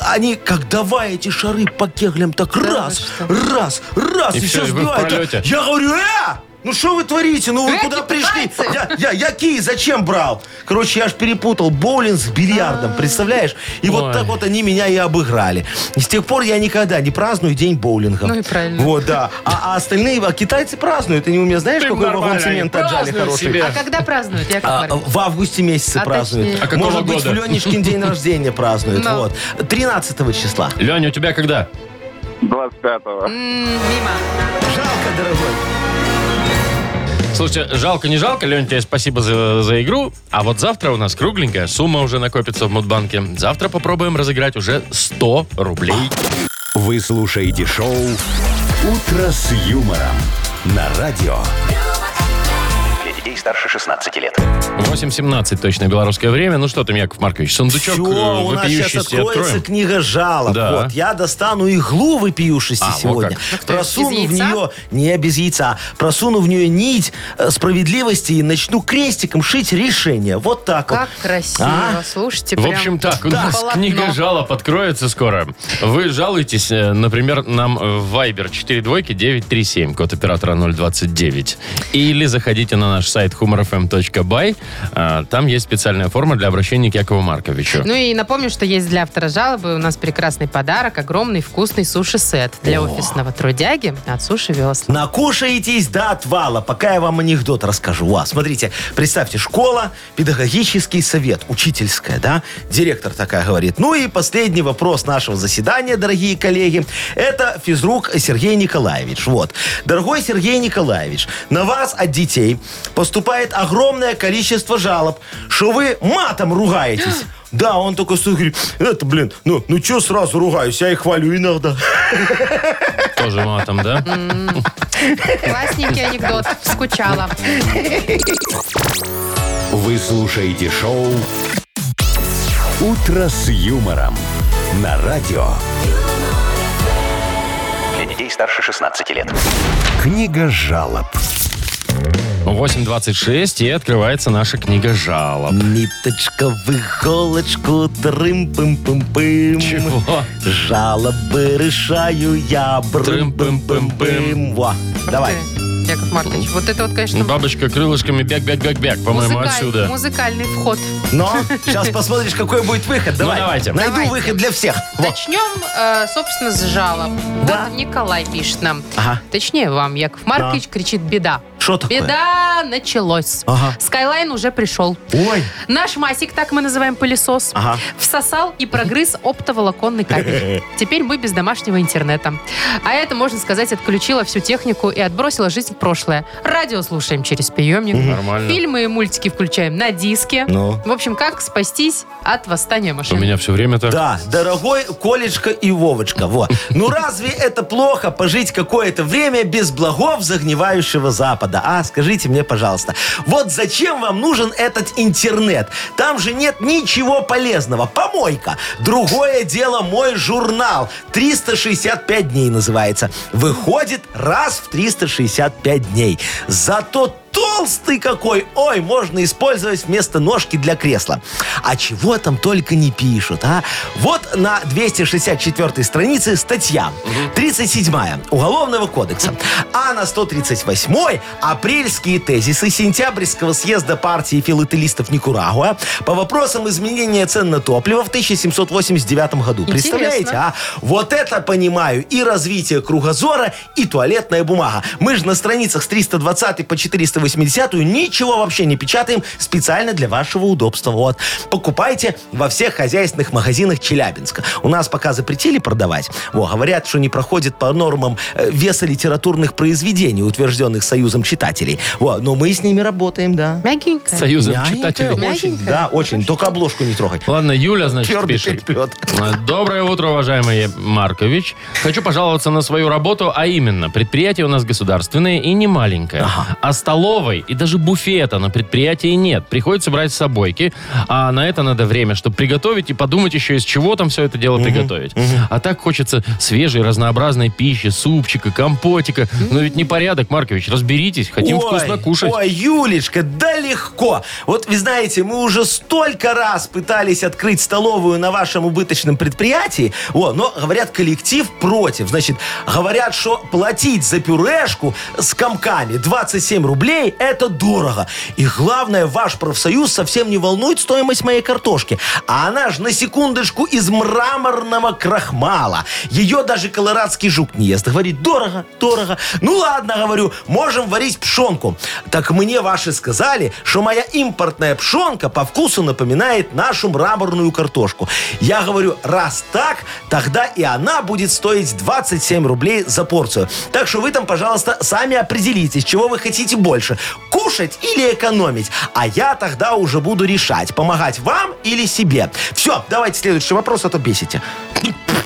[SPEAKER 4] а, они, как давай эти шары по кеглям, так раз, раз, раз,
[SPEAKER 2] И
[SPEAKER 4] и,
[SPEAKER 2] всё,
[SPEAKER 4] все
[SPEAKER 2] и вы в
[SPEAKER 4] сбивают.
[SPEAKER 2] пролете.
[SPEAKER 4] Я говорю, э! Ну что вы творите? Ну вы
[SPEAKER 3] Э,
[SPEAKER 4] куда пришли?
[SPEAKER 3] китайцы!
[SPEAKER 4] Я, я, я кий зачем брал? Короче, я аж перепутал боулинг с бильярдом, представляешь? И
[SPEAKER 2] Ой.
[SPEAKER 4] вот так вот они меня и обыграли. И с тех пор я никогда не праздную день боулинга.
[SPEAKER 3] Ну и правильно.
[SPEAKER 4] Вот, да. А, а остальные, а китайцы празднуют. Они у меня, знаешь,
[SPEAKER 2] Ты
[SPEAKER 4] какой вагон
[SPEAKER 2] нормально,
[SPEAKER 4] цемента
[SPEAKER 2] они
[SPEAKER 4] отжали
[SPEAKER 2] празднуют
[SPEAKER 4] хороший?
[SPEAKER 2] себе.
[SPEAKER 3] А когда празднуют, Яков
[SPEAKER 4] Э, А,
[SPEAKER 3] Маркович?
[SPEAKER 4] в августе месяце
[SPEAKER 3] А
[SPEAKER 4] празднуют.
[SPEAKER 3] точнее?
[SPEAKER 2] А какого
[SPEAKER 4] Может быть,
[SPEAKER 2] года?
[SPEAKER 4] в Ленечкин день рождения празднуют.
[SPEAKER 3] Ну.
[SPEAKER 4] Вот. 13 числа.
[SPEAKER 2] Лень, у тебя когда?
[SPEAKER 6] 25-го.
[SPEAKER 3] М, Мимо.
[SPEAKER 4] Жалко, дорогой.
[SPEAKER 2] Слушайте, жалко, не жалко, Лень, тебе спасибо за, за игру. А вот завтра у нас кругленькая сумма уже накопится в Мудбанке. Завтра попробуем разыграть уже 100 рублей.
[SPEAKER 1] Вы слушаете шоу «Утро с юмором» на радио.
[SPEAKER 5] Для детей старше 16 лет.
[SPEAKER 2] 8.17 точно белорусское время. Ну что там, Яков Маркович, сундучок
[SPEAKER 4] Всё,
[SPEAKER 2] э,
[SPEAKER 4] у нас сейчас
[SPEAKER 2] вопиющести
[SPEAKER 4] откроется
[SPEAKER 2] откроем?
[SPEAKER 4] книга жалоб.
[SPEAKER 2] Да.
[SPEAKER 4] Вот, я достану иглу выпиющести
[SPEAKER 2] А, вот
[SPEAKER 4] сегодня.
[SPEAKER 2] как.
[SPEAKER 3] ты,
[SPEAKER 4] просуну
[SPEAKER 3] без
[SPEAKER 4] в
[SPEAKER 3] яйца?
[SPEAKER 4] нее, не без яйца, просуну в нее нить э, справедливости и начну крестиком шить решение. Вот так
[SPEAKER 3] Как
[SPEAKER 4] вот.
[SPEAKER 3] красиво,
[SPEAKER 4] А?
[SPEAKER 3] слушайте.
[SPEAKER 2] В
[SPEAKER 3] прям
[SPEAKER 2] общем, так, у
[SPEAKER 3] да,
[SPEAKER 2] нас
[SPEAKER 3] полотно.
[SPEAKER 2] книга жалоб откроется скоро. Вы жалуетесь, э, например, нам э, в Viber 42937, код оператора 029. Или заходите на наш сайт humorfm.by. э, Там есть специальная форма для обращения к Якову Марковичу.
[SPEAKER 3] Ну и напомню, что есть для автора жалобы у нас прекрасный подарок, огромный вкусный суши-сет для офисного трудяги от Суши Весла.
[SPEAKER 4] Накушаетесь до отвала, пока я вам анекдот расскажу. А, смотрите, представьте, школа, педагогический совет, учительская, да? Директор такая говорит. Ну и последний вопрос нашего заседания, дорогие коллеги. Это физрук Сергей Николаевич. Вот. Дорогой Сергей Николаевич, на вас от детей поступает огромное количество жалоб, что вы матом ругаетесь. Да, он такой стоит, говорит, это, блин, ну, ну чё сразу ругаюсь, я и хвалю иногда.
[SPEAKER 2] Тоже матом, да?
[SPEAKER 3] Классненький анекдот. Скучала.
[SPEAKER 1] Вы слушаете шоу «Утро с юмором» на радио.
[SPEAKER 5] Для детей старше 16 лет.
[SPEAKER 1] Книга жалоб.
[SPEAKER 2] 8.26, и открывается наша книга жалоб.
[SPEAKER 4] Ниточка в иголочку, трым-пым-пым-пым.
[SPEAKER 2] Чего?
[SPEAKER 4] Жалобы решаю я,
[SPEAKER 2] Трым-пым-пым-пым.
[SPEAKER 4] брым-пым-пым-пым. Во, давай. Ну,
[SPEAKER 3] Яков Маркович, вот это вот, конечно,
[SPEAKER 2] Бабочка крылышками бяк-бяк-бяк-бяк, по-моему,
[SPEAKER 3] музыкаль-
[SPEAKER 2] отсюда.
[SPEAKER 3] музыкальный вход.
[SPEAKER 4] Но сейчас посмотришь, какой будет выход. Давай.
[SPEAKER 2] Ну, давайте.
[SPEAKER 4] Найду
[SPEAKER 3] Давайте.
[SPEAKER 4] выход для всех. Во.
[SPEAKER 3] Начнем, э, собственно, с жалоб.
[SPEAKER 4] Да.
[SPEAKER 3] Вот Николай пишет нам.
[SPEAKER 4] Ага.
[SPEAKER 3] Точнее, вам, Яков Маркович, кричит «беда».
[SPEAKER 4] Что такое?
[SPEAKER 3] Беда началось.
[SPEAKER 4] Ага.
[SPEAKER 3] Скайлайн уже пришел.
[SPEAKER 4] Ой.
[SPEAKER 3] Наш Масик, так мы называем пылесос,
[SPEAKER 4] Ага.
[SPEAKER 3] всосал и прогрыз оптоволоконный кабель. Теперь мы без домашнего интернета. А это, можно сказать, отключило всю технику и отбросило жизнь в прошлое. Радио слушаем через приемник.
[SPEAKER 2] Нормально.
[SPEAKER 3] Фильмы и мультики включаем на диске.
[SPEAKER 4] Ну.
[SPEAKER 3] В общем, как спастись от восстания
[SPEAKER 2] У
[SPEAKER 3] машин.
[SPEAKER 2] меня все время так.
[SPEAKER 4] Да, дорогой Колечка и Вовочка. Вот. Ну разве это плохо пожить какое-то время без благов загнивающего Запада? надо, а? Скажите мне, пожалуйста. Вот зачем вам нужен этот интернет? Там же нет ничего полезного. Помойка. Другое дело мой журнал. 365 дней называется. Выходит раз в 365 дней. Зато толстый какой! Ой, можно использовать вместо ножки для кресла. А чего там только не пишут, а? Вот на 264 странице статья. 37 Уголовного кодекса. А на 138 апрельские тезисы сентябрьского съезда партии филателистов Никурагуа по вопросам изменения цен на топливо в 1789 году. Представляете, а? Вот это понимаю. И развитие кругозора, и туалетная бумага. Мы же на страницах с 320 по 480 ничего вообще не печатаем специально для вашего удобства. Вот. Покупайте во всех хозяйственных магазинах Челябинска. У нас пока запретили продавать. Во, говорят, что не проходит по нормам э, веса литературных произведений, утвержденных Союзом читателей. Во, но мы с ними работаем, да.
[SPEAKER 3] Мягенькая.
[SPEAKER 2] Союзом
[SPEAKER 4] Мягенькая
[SPEAKER 2] читателей.
[SPEAKER 4] Очень,
[SPEAKER 3] Мягенькая.
[SPEAKER 4] да, очень. Только обложку не трогай.
[SPEAKER 2] Ладно, Юля, значит,
[SPEAKER 4] Твердый
[SPEAKER 2] пишет. Э,
[SPEAKER 4] переплет.
[SPEAKER 2] Доброе утро, уважаемый Маркович. Хочу пожаловаться на свою работу, а именно, предприятие у нас государственное и не маленькое. А столовой и даже буфета на предприятии нет. Приходится брать с собойки, а на это надо время, чтобы приготовить и подумать еще, из чего там все это дело приготовить. А так хочется свежей, разнообразной пищи, супчика, компотика. Но ведь непорядок, Маркович, разберитесь, хотим
[SPEAKER 4] Ой,
[SPEAKER 2] вкусно кушать.
[SPEAKER 4] Ой, Юлечка, да легко. Вот вы знаете, мы уже столько раз пытались открыть столовую на вашем убыточном предприятии, о, но, говорят, коллектив против. Значит, говорят, что платить за пюрешку с комками 27 рублей – это дорого. И главное, ваш профсоюз совсем не волнует стоимость моей картошки. А она же на секундочку из мраморного крахмала. Ее даже колорадский жук не ест. Говорит, дорого, дорого. Ну ладно, говорю, можем варить пшенку. Так мне ваши сказали, что моя импортная пшенка по вкусу напоминает нашу мраморную картошку. Я говорю, раз так, тогда и она будет стоить 27 рублей за порцию. Так что вы там, пожалуйста, сами определитесь, чего вы хотите больше. Кушать или экономить. А я тогда уже буду решать, помогать вам или себе. Все, давайте следующий вопрос, а то бесите.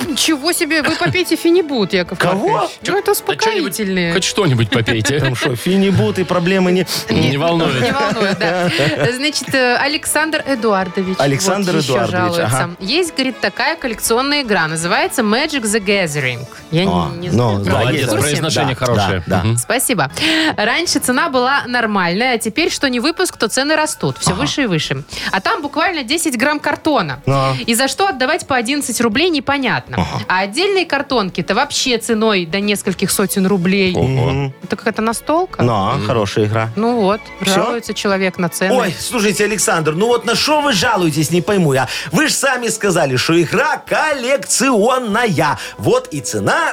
[SPEAKER 3] Ничего себе, вы попейте финибут, Яков
[SPEAKER 4] Кого?
[SPEAKER 3] Маркович. Ну, это
[SPEAKER 2] Да что-нибудь,
[SPEAKER 3] успокоительные.
[SPEAKER 2] А Хоть что-нибудь попейте.
[SPEAKER 4] Там что, финибут и проблемы не...
[SPEAKER 2] Не волнуйтесь.
[SPEAKER 3] Не волнует, да. Значит, э, Александр Эдуардович.
[SPEAKER 4] Александр
[SPEAKER 3] вот еще
[SPEAKER 4] Эдуардович,
[SPEAKER 3] жалуется.
[SPEAKER 4] ага.
[SPEAKER 3] Есть, говорит, такая коллекционная игра. Называется Magic the Gathering. Я
[SPEAKER 4] А,
[SPEAKER 3] не- не знаю.
[SPEAKER 4] ну,
[SPEAKER 3] правда, не в
[SPEAKER 4] да,
[SPEAKER 2] Молодец,
[SPEAKER 4] есть.
[SPEAKER 3] курсе.
[SPEAKER 2] произношение
[SPEAKER 4] Да,
[SPEAKER 2] хорошее.
[SPEAKER 4] да, да.
[SPEAKER 2] Мгм.
[SPEAKER 3] Спасибо. Раньше цена была нормальная, а теперь, что не выпуск, то цены растут. Все выше и выше. А там буквально 10 грамм картона.
[SPEAKER 4] Ага.
[SPEAKER 3] И за что отдавать по 11 рублей, непонятно. А отдельные картонки-то вообще ценой до нескольких сотен рублей.
[SPEAKER 4] Мгм.
[SPEAKER 3] Так это настолка?
[SPEAKER 4] Но, хорошая игра.
[SPEAKER 3] Ну вот,
[SPEAKER 4] Всё?
[SPEAKER 3] жалуется человек на цены.
[SPEAKER 4] Ой, слушайте, Александр, ну вот на что вы жалуетесь, не пойму я. Вы же сами сказали, что игра коллекционная. Вот и цена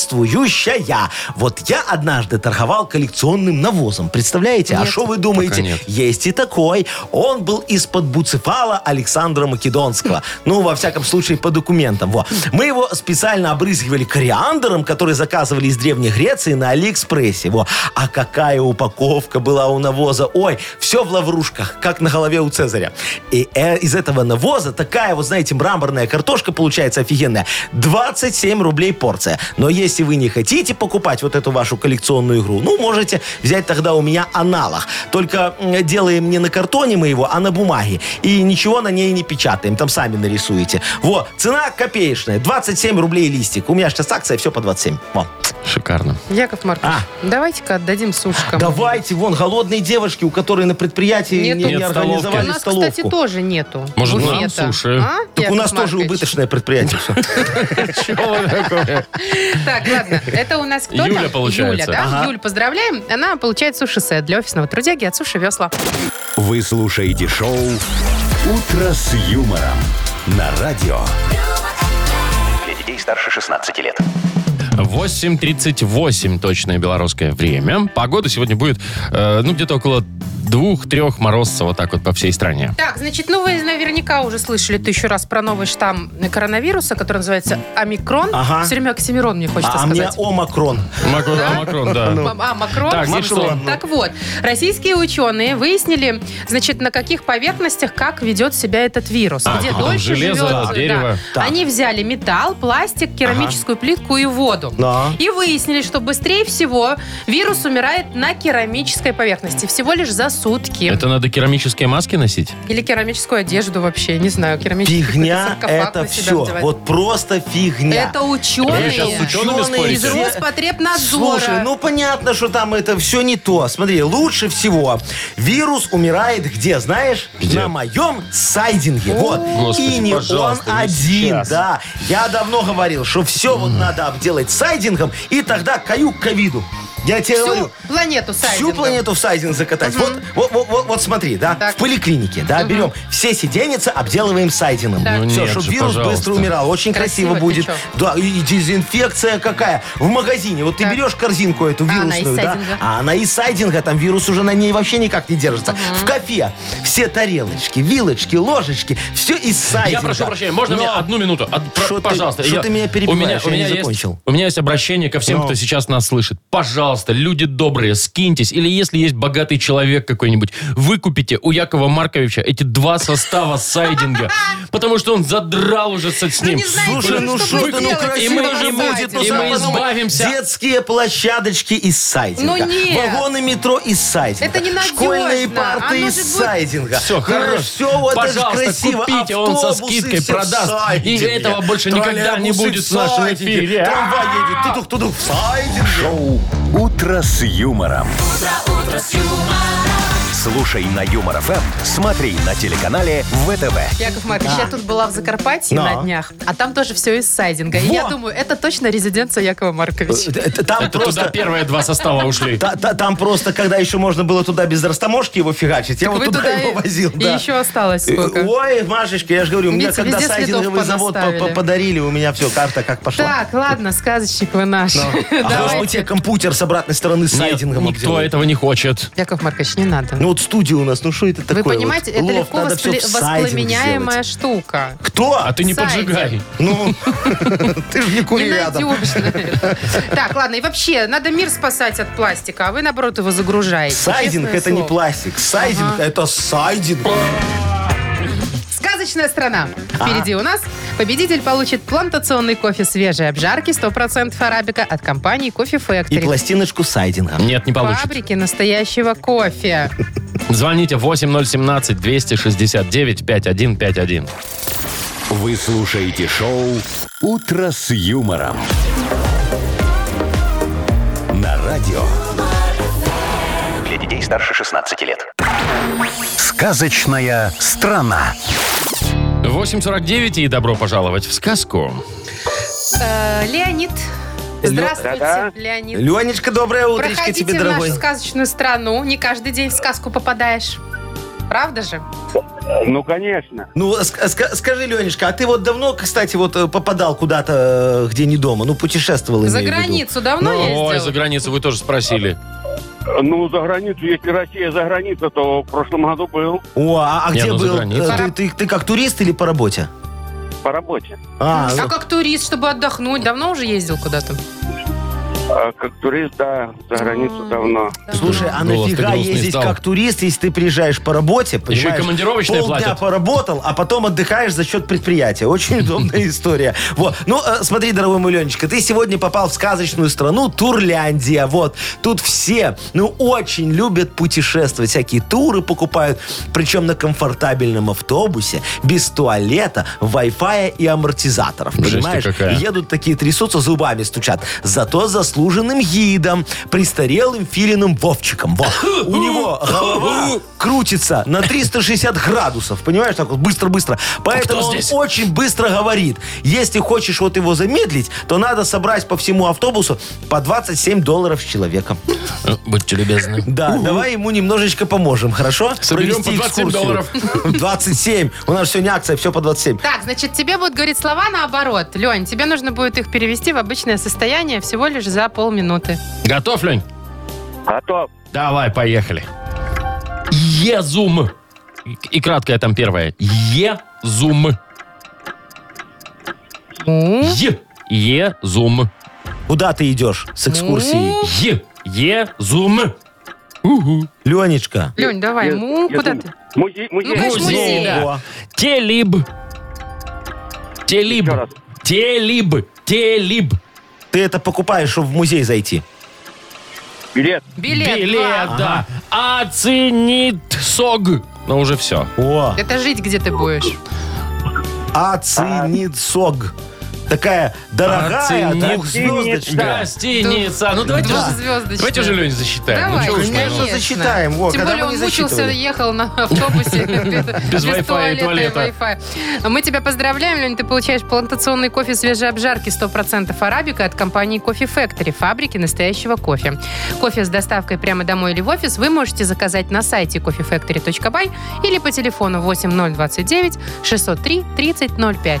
[SPEAKER 4] соответствующая. Вот я однажды торговал коллекционным навозом. Представляете? А
[SPEAKER 3] Нет.
[SPEAKER 4] что вы думаете?
[SPEAKER 2] Пока нет.
[SPEAKER 4] Есть и такой. Он был из-под Буцефала Александра Македонского. Ну, во всяком случае, по документам. Во. Мы его специально обрызгивали кориандром, который заказывали из Древней Греции на Алиэкспрессе. Во. А какая упаковка была у навоза. Ой, все в лаврушках, как на голове у Цезаря. И э, из этого навоза такая, вот знаете, мраморная картошка получается офигенная. 27 рублей порция. Но если вы не хотите покупать вот эту вашу коллекционную игру, ну, можете взять тогда у меня аналог. Только м, делаем не на картоне мы его, а на бумаге. И ничего на ней не печатаем, там сами нарисуете. Во, цена копеечная, 27 рублей листик. У меня сейчас акция, все по 27. Во.
[SPEAKER 2] Шикарно.
[SPEAKER 3] Яков Маркович,
[SPEAKER 4] А.
[SPEAKER 3] давайте-ка отдадим сушкам.
[SPEAKER 4] Давайте, вон, голодные девушки, у которой на предприятии
[SPEAKER 3] Нету.
[SPEAKER 4] не, не
[SPEAKER 2] Нет столовки.
[SPEAKER 3] У
[SPEAKER 4] организовали
[SPEAKER 3] нас,
[SPEAKER 4] столовку.
[SPEAKER 3] кстати, тоже нету.
[SPEAKER 2] Может, нам
[SPEAKER 3] буфета.
[SPEAKER 2] суши?
[SPEAKER 3] А,
[SPEAKER 4] так у
[SPEAKER 3] Яков
[SPEAKER 4] нас тоже
[SPEAKER 3] Маркович?
[SPEAKER 4] убыточное предприятие. всё.
[SPEAKER 3] Так, ладно. Это у нас кто
[SPEAKER 2] Юля, получается.
[SPEAKER 3] Юля, да? Юль, поздравляем. Она получает суши-сет для офисного трудяги от Суши Весла.
[SPEAKER 1] Вы слушаете шоу «Утро с юмором» на радио.
[SPEAKER 5] Для детей старше 16 лет.
[SPEAKER 2] 8.38 точное белорусское время. Погода сегодня будет, э, ну, где-то около двух-трех морозцев вот так вот по всей стране.
[SPEAKER 3] Так, значит, ну вы наверняка уже слышали тысячу раз про новый штамм коронавируса, который называется омикрон.
[SPEAKER 4] Ага.
[SPEAKER 3] Все время Оксимирон мне хочется
[SPEAKER 4] А, мне
[SPEAKER 3] сказать.
[SPEAKER 4] Омакрон.
[SPEAKER 2] Макрон, Макрон,
[SPEAKER 4] Ну,
[SPEAKER 2] да.
[SPEAKER 3] А, Макрон?
[SPEAKER 2] Так, значит, что?
[SPEAKER 3] Так вот, российские ученые выяснили, значит, на каких поверхностях как ведет себя этот вирус.
[SPEAKER 2] А,
[SPEAKER 3] где
[SPEAKER 2] типа там
[SPEAKER 3] дольше
[SPEAKER 2] железо,
[SPEAKER 3] живет. да.
[SPEAKER 2] дерево.
[SPEAKER 4] Так.
[SPEAKER 3] Они взяли металл, пластик, керамическую плитку и воду.
[SPEAKER 4] Да.
[SPEAKER 3] И выяснили, что быстрее всего вирус умирает на керамической поверхности. Всего лишь за сутки.
[SPEAKER 2] Это надо керамические маски носить?
[SPEAKER 3] Или керамическую одежду вообще, не знаю. Керамический
[SPEAKER 4] Фигня
[SPEAKER 3] какой-то саркофаг
[SPEAKER 4] это
[SPEAKER 3] на себя
[SPEAKER 4] все.
[SPEAKER 3] надевать.
[SPEAKER 4] Вот просто фигня. а
[SPEAKER 3] Это ученые.
[SPEAKER 2] Вы сейчас с учеными
[SPEAKER 4] Ученые
[SPEAKER 2] спорите?
[SPEAKER 3] Из Роспотребнадзора.
[SPEAKER 4] Слушай, ну понятно, что там это все не то. Смотри, лучше всего вирус умирает где, знаешь?
[SPEAKER 2] Где?
[SPEAKER 4] На моем сайдинге. Вот.
[SPEAKER 2] Господи,
[SPEAKER 4] И не он
[SPEAKER 2] пожалуйста, не
[SPEAKER 4] один,
[SPEAKER 2] сейчас.
[SPEAKER 4] да. Я давно говорил, что все вот надо обделать сайдингом, и тогда каюк ковиду. Я тебе
[SPEAKER 3] всю
[SPEAKER 4] говорю.
[SPEAKER 3] планету сайдингом.
[SPEAKER 4] Всю планету в сайдинг закатать. Вот, вот, вот, вот, вот смотри, да,
[SPEAKER 3] Так.
[SPEAKER 4] в поликлинике, да, берем все сиденьицы, обделываем сайдингом.
[SPEAKER 3] Так. Ну
[SPEAKER 4] Все,
[SPEAKER 2] нет
[SPEAKER 4] чтобы
[SPEAKER 2] же,
[SPEAKER 4] вирус
[SPEAKER 2] пожалуйста.
[SPEAKER 4] быстро умирал. Очень красиво,
[SPEAKER 3] Красиво,
[SPEAKER 4] будет.
[SPEAKER 3] ты чё?
[SPEAKER 4] Да, и и дезинфекция какая. В магазине, вот
[SPEAKER 3] Так.
[SPEAKER 4] ты берешь корзинку эту
[SPEAKER 3] А, она из
[SPEAKER 4] вирусную, да,
[SPEAKER 3] сайдинга.
[SPEAKER 4] а она из сайдинга, там вирус уже на ней вообще никак не держится. В кафе все тарелочки, вилочки, ложечки, все из сайдинга.
[SPEAKER 2] А, Я прошу прощения, можно
[SPEAKER 4] Но
[SPEAKER 2] мне одну минуту? От- про-
[SPEAKER 4] Шо ты-
[SPEAKER 2] пожалуйста.
[SPEAKER 4] шо
[SPEAKER 2] я-
[SPEAKER 4] ты меня перебиваешь? Я не
[SPEAKER 2] есть-
[SPEAKER 4] закончил.
[SPEAKER 2] у меня есть обращение ко всем,
[SPEAKER 4] Ну.
[SPEAKER 2] кто сейчас нас слышит. Пожалуйста, люди добрые, скиньтесь. Или если есть богатый человек какой-нибудь, выкупите у Якова Марковича эти два состава сайдинга. Потому что он задрал уже со- с
[SPEAKER 3] Ну,
[SPEAKER 2] ним.
[SPEAKER 3] не знаю,
[SPEAKER 4] Слушай, ну
[SPEAKER 3] Что
[SPEAKER 4] что
[SPEAKER 3] будет
[SPEAKER 4] ты, ну
[SPEAKER 3] делать?
[SPEAKER 4] красиво
[SPEAKER 2] И мы-
[SPEAKER 4] же
[SPEAKER 2] и мы-
[SPEAKER 4] будет, ну
[SPEAKER 2] и
[SPEAKER 4] сам
[SPEAKER 2] мы
[SPEAKER 4] подумай.
[SPEAKER 2] избавимся.
[SPEAKER 4] Детские площадочки из сайдинга.
[SPEAKER 3] Ну нет.
[SPEAKER 4] Вагоны метро из сайдинга.
[SPEAKER 3] Это ненадежно.
[SPEAKER 4] Школьные
[SPEAKER 3] Оно
[SPEAKER 4] парты
[SPEAKER 3] же
[SPEAKER 4] из
[SPEAKER 3] будет-
[SPEAKER 4] сайдинга.
[SPEAKER 2] Все,
[SPEAKER 4] Ну,
[SPEAKER 2] хорош.
[SPEAKER 4] Все вот это же
[SPEAKER 2] Пожалуйста,
[SPEAKER 4] красиво.
[SPEAKER 2] купите, он со
[SPEAKER 4] Автобусы
[SPEAKER 2] скидкой
[SPEAKER 4] все в
[SPEAKER 2] продаст.
[SPEAKER 4] сайдинге.
[SPEAKER 2] И этого больше никогда не
[SPEAKER 4] Троллейбусы
[SPEAKER 2] будет в нашем
[SPEAKER 4] сайдинге.
[SPEAKER 2] эфире.
[SPEAKER 4] Трамвай едет, тудух-тудух, в сайдинге.
[SPEAKER 1] Шоу «Утро с юмором». Слушай на Юмор ФМ, смотри на телеканале ВТВ.
[SPEAKER 3] Яков Маркович, я тут была в Закарпатье
[SPEAKER 4] Да.
[SPEAKER 3] на днях, а там тоже все из сайдинга. И
[SPEAKER 4] Во!
[SPEAKER 3] я думаю, это точно резиденция Якова Марковича.
[SPEAKER 4] Э, Там
[SPEAKER 2] Это туда
[SPEAKER 4] просто...
[SPEAKER 2] первые два состава ушли.
[SPEAKER 4] та- та- там просто, когда еще можно было туда без растаможки его фигачить, я
[SPEAKER 3] Так
[SPEAKER 4] вот
[SPEAKER 3] вы
[SPEAKER 4] туда,
[SPEAKER 3] туда и-
[SPEAKER 4] его возил.
[SPEAKER 3] и
[SPEAKER 4] да.
[SPEAKER 3] еще осталось
[SPEAKER 4] Э,
[SPEAKER 3] сколько?
[SPEAKER 4] Ой, Машечка, я же говорю, мне
[SPEAKER 3] Видите,
[SPEAKER 4] когда
[SPEAKER 3] везде следов
[SPEAKER 4] сайдинговый завод по-
[SPEAKER 3] понаставили.
[SPEAKER 4] по- подарили, у меня все, карта как пошла.
[SPEAKER 3] Так, ладно, сказочник вы наш.
[SPEAKER 4] А может быть, тебе
[SPEAKER 3] Давайте. компьютер
[SPEAKER 4] компьютер с обратной стороны с
[SPEAKER 2] Нет,
[SPEAKER 4] сайдингом
[SPEAKER 2] никто
[SPEAKER 4] обделают?
[SPEAKER 2] этого не хочет.
[SPEAKER 3] Яков Маркович, не надо.
[SPEAKER 4] Ну вот студия у нас, ну что это такое?
[SPEAKER 3] Вы понимаете,
[SPEAKER 4] Вот
[SPEAKER 3] это
[SPEAKER 4] лофт,
[SPEAKER 3] легко
[SPEAKER 4] надо всё
[SPEAKER 3] воспли-
[SPEAKER 4] в сайдинг
[SPEAKER 3] воспламеняемая
[SPEAKER 4] сделать.
[SPEAKER 3] штука.
[SPEAKER 4] Кто?
[SPEAKER 2] А ты не
[SPEAKER 3] Сайдинг.
[SPEAKER 2] поджигай.
[SPEAKER 4] Ну, ты же не кури Ну, рядом.
[SPEAKER 3] Ненадежно. Так, ладно, и вообще, надо мир спасать от пластика, а вы, наоборот, его загружаете.
[SPEAKER 4] Сайдинг
[SPEAKER 3] Честное
[SPEAKER 4] это не
[SPEAKER 3] слово.
[SPEAKER 4] пластик. Сайдинг это сайдинг.
[SPEAKER 3] Сказочная страна.
[SPEAKER 4] А.
[SPEAKER 3] Впереди у нас победитель получит плантационный кофе свежей обжарки 100% арабика от компании Кофе
[SPEAKER 4] И
[SPEAKER 3] Factory.
[SPEAKER 4] пластиночку сайдинга.
[SPEAKER 2] Нет, не получится.
[SPEAKER 3] Фабрики настоящего кофе.
[SPEAKER 2] Звоните 8017-269-5151.
[SPEAKER 1] Вы слушаете шоу «Утро с юмором». На радио
[SPEAKER 5] Для детей старше 16 лет.
[SPEAKER 1] «Сказочная страна».
[SPEAKER 2] 8.49 и добро пожаловать в сказку.
[SPEAKER 3] Э, Леонид. Здравствуйте,
[SPEAKER 6] Да-да.
[SPEAKER 3] Леонид.
[SPEAKER 4] Ленечка, доброе утречко
[SPEAKER 3] Проходите
[SPEAKER 4] Ну, тебе,
[SPEAKER 3] в нашу
[SPEAKER 4] дорогой.
[SPEAKER 3] сказочную страну. Не каждый день в сказку попадаешь. Правда же?
[SPEAKER 6] Ну, конечно.
[SPEAKER 4] Ну, ск- ска- скажи, Ленечка, а ты вот давно, кстати, вот э, попадал куда-то, э, где не дома, ну, путешествовал,
[SPEAKER 3] За
[SPEAKER 4] имею в виду. Ну,
[SPEAKER 3] границу давно
[SPEAKER 2] Ой, за
[SPEAKER 3] ездил?
[SPEAKER 2] границу вы тоже спросили.
[SPEAKER 6] Ну, за границу, если Россия за граница, то в прошлом году был
[SPEAKER 4] О, а, а
[SPEAKER 2] Не,
[SPEAKER 4] где
[SPEAKER 2] ну, за
[SPEAKER 4] был?
[SPEAKER 2] границу.
[SPEAKER 4] Э, Ты, ты- ты как турист или по работе?
[SPEAKER 6] по работе.
[SPEAKER 4] А,
[SPEAKER 3] А
[SPEAKER 4] ну,
[SPEAKER 3] как турист, чтобы отдохнуть? Давно уже ездил куда-то?
[SPEAKER 6] А как турист, да, за границу давно.
[SPEAKER 4] слушай, а
[SPEAKER 2] Голос-то
[SPEAKER 4] нафига
[SPEAKER 2] грустный
[SPEAKER 4] ездить
[SPEAKER 2] стал.
[SPEAKER 4] как турист, если ты приезжаешь по работе, понимаешь?
[SPEAKER 2] командировочные
[SPEAKER 4] полдня
[SPEAKER 2] платят.
[SPEAKER 4] поработал, а потом отдыхаешь за счет предприятия. Очень удобная история. Вот. Ну, э, смотри, дорогой мой Ленечка, ты сегодня попал в сказочную страну Турляндия. Вот. Тут все, ну, очень любят путешествовать. Всякие туры покупают, причем на комфортабельном автобусе, без туалета, Wi-Fi и амортизаторов.
[SPEAKER 2] Жесть-то
[SPEAKER 4] Понимаешь?
[SPEAKER 2] какая.
[SPEAKER 4] Едут такие, трясутся, зубами стучат. Зато заслуженным гидом, престарелым филиным Вовчиком. Во. У него голова крутится на 360 градусов. Понимаешь, так вот быстро-быстро. Поэтому он
[SPEAKER 2] здесь?
[SPEAKER 4] очень быстро говорит. Если хочешь вот его замедлить, то надо собрать по всему автобусу по 27 долларов с человеком.
[SPEAKER 2] Э, Будьте любезны.
[SPEAKER 4] Да, давай ему немножечко поможем, хорошо?
[SPEAKER 2] Соберем по 27
[SPEAKER 4] долларов. 27. У нас сегодня акция, все по 27.
[SPEAKER 3] Так, значит, тебе будут говорить слова наоборот. Лень, тебе нужно будет их перевести в обычное состояние всего лишь за полминуты.
[SPEAKER 2] Готов, Лень?
[SPEAKER 6] Готов.
[SPEAKER 2] Давай, поехали. Езум. И- И краткая там первая. Езум.
[SPEAKER 3] Ну,
[SPEAKER 2] Е. Езум.
[SPEAKER 4] Куда ты идешь с экскурсией?
[SPEAKER 2] Е. Езум.
[SPEAKER 4] Ленечка.
[SPEAKER 3] Лень, давай, му, куда ты?
[SPEAKER 6] Музей,
[SPEAKER 3] Ну,
[SPEAKER 6] музей.
[SPEAKER 3] конечно, музей.
[SPEAKER 2] да.
[SPEAKER 4] Во.
[SPEAKER 2] Телиб. Телиб.
[SPEAKER 6] Еще раз.
[SPEAKER 2] Телиб. Телиб.
[SPEAKER 4] Ты это покупаешь, чтобы в музей зайти.
[SPEAKER 6] Билет.
[SPEAKER 3] Билет. два.
[SPEAKER 2] да. Оценит сог. Ну, уже все.
[SPEAKER 4] О,
[SPEAKER 3] Это жить где ты будешь?
[SPEAKER 4] ацинидсог. Такая дорогая
[SPEAKER 2] Оценит-
[SPEAKER 4] двухзвездочка.
[SPEAKER 2] Гостиница. Ну, давайте
[SPEAKER 3] Два
[SPEAKER 2] уже,
[SPEAKER 3] звездочные.
[SPEAKER 2] давайте уже Лень засчитаем. Ну,
[SPEAKER 3] Давай,
[SPEAKER 2] чё уж мы.
[SPEAKER 4] конечно, засчитаем. Во,
[SPEAKER 3] Тем
[SPEAKER 4] когда
[SPEAKER 3] более
[SPEAKER 4] мы
[SPEAKER 3] он
[SPEAKER 4] не
[SPEAKER 3] мучился,
[SPEAKER 4] засчитывали.
[SPEAKER 3] ехал на автобусе без
[SPEAKER 2] Wi-Fi и туалета.
[SPEAKER 3] Wi-Fi. А Мы тебя поздравляем, Лень, ты получаешь плантационный кофе свежей обжарки 100% арабика от компании Coffee Factory, фабрики настоящего кофе. Кофе с доставкой прямо домой или в офис вы можете заказать на сайте coffeefactory.by или по телефону 8029 603 3005.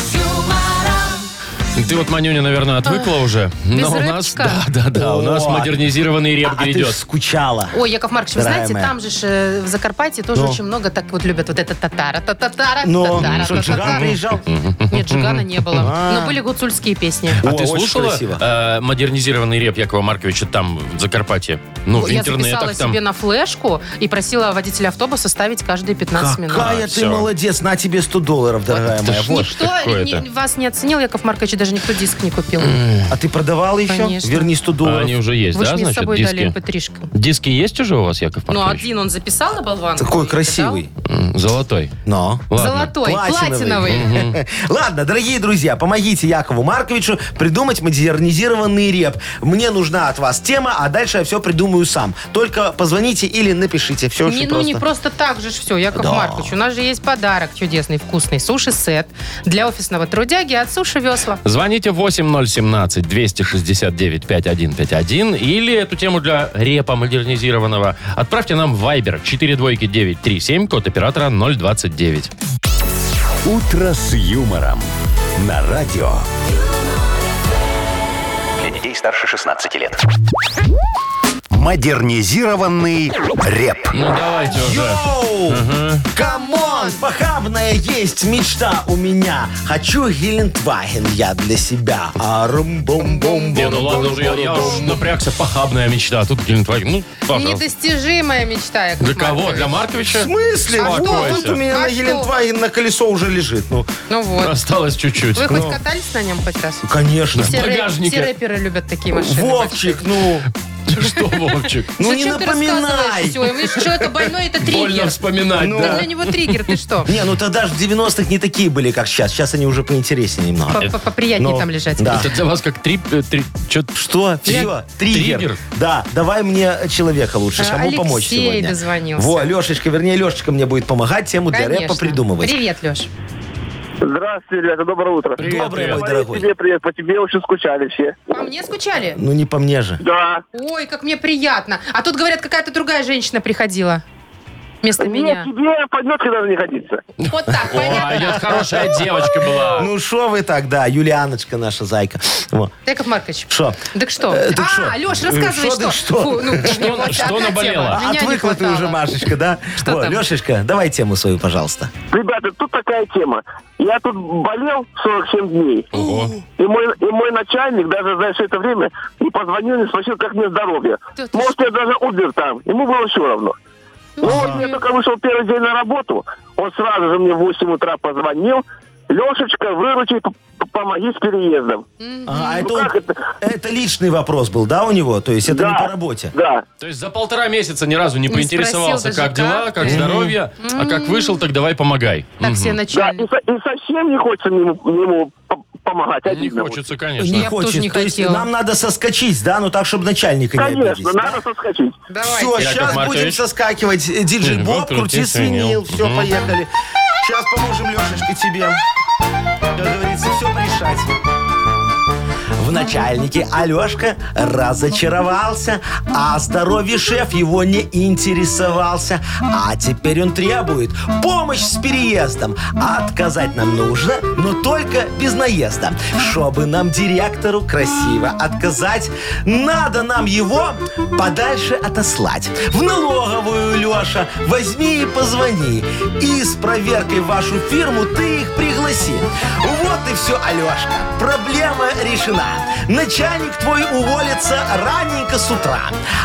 [SPEAKER 2] Ты вот, Манюня, наверное, отвыкла уже.
[SPEAKER 3] А, без
[SPEAKER 2] у нас,
[SPEAKER 3] рыбчика?
[SPEAKER 2] да, да, да, у нас
[SPEAKER 4] Вот.
[SPEAKER 2] модернизированный реп
[SPEAKER 4] А ты ж
[SPEAKER 2] грядет.
[SPEAKER 4] скучала.
[SPEAKER 3] Ой, Яков Маркович, вы
[SPEAKER 4] Дорогая
[SPEAKER 3] знаете,
[SPEAKER 4] моя.
[SPEAKER 3] там же ж, э, в Закарпатье тоже
[SPEAKER 4] Ну.
[SPEAKER 3] очень много так вот любят вот это татара, татара,
[SPEAKER 4] Но ну,
[SPEAKER 3] татара,
[SPEAKER 4] что, а Джиган
[SPEAKER 3] татара.
[SPEAKER 4] приезжал?
[SPEAKER 3] Нет, Джигана не было.
[SPEAKER 4] А.
[SPEAKER 3] Но были гуцульские песни.
[SPEAKER 2] А
[SPEAKER 4] О,
[SPEAKER 2] ты
[SPEAKER 4] очень
[SPEAKER 2] слушала
[SPEAKER 4] красиво.
[SPEAKER 2] э, модернизированный реп Якова Марковича там, в Закарпатье? Ну, в
[SPEAKER 3] Я записала
[SPEAKER 2] интернетах там.
[SPEAKER 3] себе на флешку и просила водителя автобуса ставить каждые 15 минут.
[SPEAKER 4] Какая ты
[SPEAKER 2] всё.
[SPEAKER 4] молодец, на тебе 100 долларов, дорогая
[SPEAKER 2] ты
[SPEAKER 4] моя.
[SPEAKER 2] ж
[SPEAKER 4] Вот.
[SPEAKER 2] что ж такое-то?
[SPEAKER 3] Никто не- вас не оценил, Яков Маркович, и даже никто диск не купил.
[SPEAKER 4] А ты продавала еще?
[SPEAKER 3] Конечно.
[SPEAKER 4] Верни 100
[SPEAKER 2] А
[SPEAKER 4] долларов.
[SPEAKER 2] они уже есть,
[SPEAKER 3] Вы же
[SPEAKER 2] да,
[SPEAKER 3] мне с
[SPEAKER 2] значит,
[SPEAKER 3] собой дали
[SPEAKER 2] диски?
[SPEAKER 3] mp 3
[SPEAKER 2] Диски есть уже у вас, Яков
[SPEAKER 3] Ну,
[SPEAKER 2] Маркович?
[SPEAKER 3] один он записал на болван.
[SPEAKER 4] Такой красивый.
[SPEAKER 2] М, Золотой.
[SPEAKER 4] Но.
[SPEAKER 2] Ладно.
[SPEAKER 3] Золотой,
[SPEAKER 4] Платиновый.
[SPEAKER 3] платиновый.
[SPEAKER 4] Ладно, дорогие друзья, помогите Якову Марковичу придумать модернизированный реп. Мне нужна от вас тема, а дальше я все придумаю сам. Только позвоните или напишите. Все
[SPEAKER 3] Не,
[SPEAKER 4] очень
[SPEAKER 3] ну не
[SPEAKER 4] просто.
[SPEAKER 3] просто так же ж все, Яков
[SPEAKER 4] Да.
[SPEAKER 3] Маркович. У нас же есть подарок чудесный, вкусный. Суши-сет для офисного трудяги от Суши Весла.
[SPEAKER 2] Звоните 8017-269-5151 или эту тему для репа модернизированного отправьте нам в Viber 42937, код оператора 029.
[SPEAKER 1] «Утро с юмором» на радио.
[SPEAKER 5] Для детей старше 16 лет.
[SPEAKER 1] Модернизированный реп.
[SPEAKER 2] Ну давайте уже.
[SPEAKER 4] Йоу! Камон! Похабная есть мечта у меня. Хочу Гелендваген я для себя. А, Арум-бум-бум-бум.
[SPEAKER 2] Не, ну ладно уже, я, я уж напрягся, похабная мечта. А тут Гелендваген, ну, пожалуйста.
[SPEAKER 3] Недостижимая мечта, Яков
[SPEAKER 2] Для кого?
[SPEAKER 3] Маркович.
[SPEAKER 2] Для
[SPEAKER 4] В
[SPEAKER 2] Марковича?
[SPEAKER 4] смысле?
[SPEAKER 3] А
[SPEAKER 4] Вот
[SPEAKER 3] что?
[SPEAKER 4] тут у меня
[SPEAKER 3] А
[SPEAKER 4] на
[SPEAKER 3] что?
[SPEAKER 4] Гелендваген на колесо уже лежит. Ну,
[SPEAKER 3] Ну вот.
[SPEAKER 2] Осталось чуть-чуть.
[SPEAKER 3] Вы
[SPEAKER 2] Ну,
[SPEAKER 3] хоть катались на нем хоть раз?
[SPEAKER 4] конечно.
[SPEAKER 3] Все, рэп-
[SPEAKER 2] багажнике.
[SPEAKER 3] все рэперы любят такие машины.
[SPEAKER 4] Вовчик, ну,
[SPEAKER 2] Что, Вовчик?
[SPEAKER 4] ну не напоминай.
[SPEAKER 3] Все, видишь, человека больной, это
[SPEAKER 2] Больно
[SPEAKER 3] триггер.
[SPEAKER 2] вспоминать,
[SPEAKER 4] Ну,
[SPEAKER 3] Это
[SPEAKER 2] да.
[SPEAKER 3] для него триггер, ты что?
[SPEAKER 4] Не, ну тогда же в 90-х не такие были, как сейчас. Сейчас они уже поинтереснее немного.
[SPEAKER 3] По- по- Поприятнее
[SPEAKER 4] Ну,
[SPEAKER 3] там лежать.
[SPEAKER 4] да.
[SPEAKER 2] Это для вас как три... э, три чё-
[SPEAKER 4] Что? Все, триггер.
[SPEAKER 2] триггер?
[SPEAKER 4] Да, давай мне человека лучше,
[SPEAKER 3] А,
[SPEAKER 4] кому
[SPEAKER 3] Алексей
[SPEAKER 4] помочь сегодня.
[SPEAKER 3] дозвонился.
[SPEAKER 4] Во, Лешечка, вернее, Лешечка мне будет помогать тему для
[SPEAKER 3] Конечно.
[SPEAKER 4] рэпа придумывать.
[SPEAKER 3] Привет, Леш.
[SPEAKER 6] Здравствуйте, ребята, доброе утро.
[SPEAKER 2] Привет,
[SPEAKER 4] Добрый
[SPEAKER 2] привет.
[SPEAKER 4] мой
[SPEAKER 6] По
[SPEAKER 4] дорогой.
[SPEAKER 6] тебе привет, по тебе очень скучали все.
[SPEAKER 3] По мне скучали?
[SPEAKER 4] Ну не по мне же.
[SPEAKER 6] Да.
[SPEAKER 3] Ой, как мне приятно. А тут, говорят, какая-то другая женщина приходила. Вместо
[SPEAKER 6] Нет,
[SPEAKER 3] меня.
[SPEAKER 6] тебе подметки даже не годится.
[SPEAKER 3] Вот так,
[SPEAKER 2] Ой, я
[SPEAKER 3] понятно.
[SPEAKER 2] хорошая девочка была.
[SPEAKER 4] Ну что вы тогда, Юлианочка наша зайка. Во.
[SPEAKER 3] Яков Маркович.
[SPEAKER 4] Что?
[SPEAKER 3] Так что?
[SPEAKER 4] Э, так что?
[SPEAKER 3] А, Леш, рассказывай,
[SPEAKER 4] Что,
[SPEAKER 3] что.
[SPEAKER 4] так что?
[SPEAKER 3] Фу, ну,
[SPEAKER 2] Что-
[SPEAKER 3] вот
[SPEAKER 2] что
[SPEAKER 3] одна
[SPEAKER 2] наболело?
[SPEAKER 3] тема. Меня не
[SPEAKER 4] А Отвыкла ты уже,
[SPEAKER 3] хватало.
[SPEAKER 4] Машечка, да?
[SPEAKER 3] Что там?
[SPEAKER 4] Лешечка, давай тему свою, пожалуйста.
[SPEAKER 6] Ребята, тут такая тема. Я тут болел 47 дней.
[SPEAKER 2] Ого.
[SPEAKER 6] И мой, и мой начальник даже за все это время не позвонил, не спросил, как мне здоровье.
[SPEAKER 3] Да ты
[SPEAKER 6] Может, я даже умер там. Ему было все равно. Ну, вот я только вышел первый день на работу. Он сразу же мне в 8 утра позвонил. Лешечка, выручи, п- п- помоги с переездом.
[SPEAKER 4] А, это,
[SPEAKER 6] Ну,
[SPEAKER 4] он-
[SPEAKER 6] как это?
[SPEAKER 4] это личный вопрос был, да, у него? То есть это не
[SPEAKER 6] Да.
[SPEAKER 4] по работе.
[SPEAKER 6] Да.
[SPEAKER 2] То есть за полтора месяца ни разу не,
[SPEAKER 3] Не
[SPEAKER 2] поинтересовался,
[SPEAKER 3] спросил
[SPEAKER 2] как
[SPEAKER 3] даже,
[SPEAKER 2] дела,
[SPEAKER 3] как
[SPEAKER 2] как здоровье, а как вышел, так давай помогай.
[SPEAKER 3] Так все
[SPEAKER 6] Да, и,
[SPEAKER 3] начальник.
[SPEAKER 6] со- и совсем не хочется ему, ему по- помогать.
[SPEAKER 2] Не
[SPEAKER 6] обидно очень.
[SPEAKER 2] хочется, конечно.
[SPEAKER 4] Не
[SPEAKER 3] Я бы тоже
[SPEAKER 4] хочет.
[SPEAKER 3] не
[SPEAKER 4] То есть
[SPEAKER 3] хотела.
[SPEAKER 4] нам надо соскочить, да, ну так, чтобы начальника не обидеть.
[SPEAKER 6] Конечно, надо соскочить.
[SPEAKER 3] Давай.
[SPEAKER 4] Все,
[SPEAKER 2] Яков
[SPEAKER 4] сейчас
[SPEAKER 2] Маркович.
[SPEAKER 4] будем соскакивать. Э, Диджей
[SPEAKER 2] Мгм,
[SPEAKER 4] Боб,
[SPEAKER 2] крути
[SPEAKER 4] крути
[SPEAKER 2] свинил.
[SPEAKER 4] свинил. Все,
[SPEAKER 2] Мгм.
[SPEAKER 4] поехали. Сейчас поможем Лешечке тебе. Как говорится, все решать. В В начальнике Алешка разочаровался, а здоровье шеф его не интересовался. А теперь он требует помощь с переездом. А Отказать нам нужно, но только без наезда. Чтобы нам директору красиво отказать, надо нам его подальше отослать. В налоговую, Леша, возьми и позвони. И с проверкой вашу фирму ты их пригласи. Вот и все, Алешка. Проблема решена. Начальник твой уволится раненько с утра.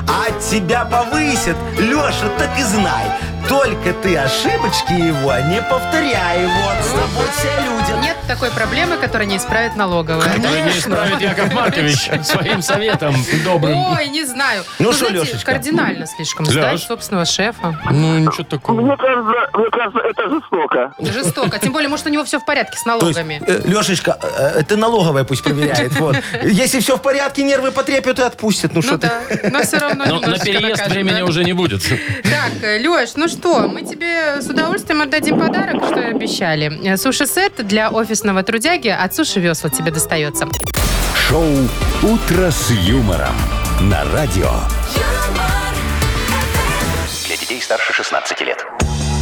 [SPEAKER 4] А тебя повысят, Леша, так и знай. Только ты ошибочки его не повторяй. Вот с тобой все люди.
[SPEAKER 3] Нет такой проблемы, которую не исправит налоговая.
[SPEAKER 2] Которую не исправит Яков Маркович своим советом добрым.
[SPEAKER 3] Ой, не знаю.
[SPEAKER 4] Ну
[SPEAKER 3] Вы
[SPEAKER 4] что,
[SPEAKER 3] знаете,
[SPEAKER 4] Лешечка?
[SPEAKER 3] Кардинально слишком сдать
[SPEAKER 2] Леш?
[SPEAKER 3] собственного шефа.
[SPEAKER 2] Ну, ничего такого.
[SPEAKER 6] Мне кажется, мне кажется, это жестоко.
[SPEAKER 3] Жестоко. Тем более, может, у него все в порядке с
[SPEAKER 4] То есть,
[SPEAKER 3] налогами.
[SPEAKER 4] э, Лешечка, э, это налоговая пусть проверяет. Вот. Если все в порядке, нервы потрепят и отпустят. Ну
[SPEAKER 3] Ну
[SPEAKER 4] что ты?
[SPEAKER 3] да, но все равно
[SPEAKER 2] Но на
[SPEAKER 3] немножечко
[SPEAKER 2] переезд
[SPEAKER 3] накажем,
[SPEAKER 2] времени
[SPEAKER 3] да?
[SPEAKER 2] уже не будет.
[SPEAKER 3] Так, э, Леш, ну что, мы тебе с удовольствием отдадим подарок, что и обещали. Э, Суши-сет для офисного трудяги от Суши Весла тебе достается.
[SPEAKER 1] Шоу «Утро с юмором» на радио.
[SPEAKER 5] Для детей старше 16 лет.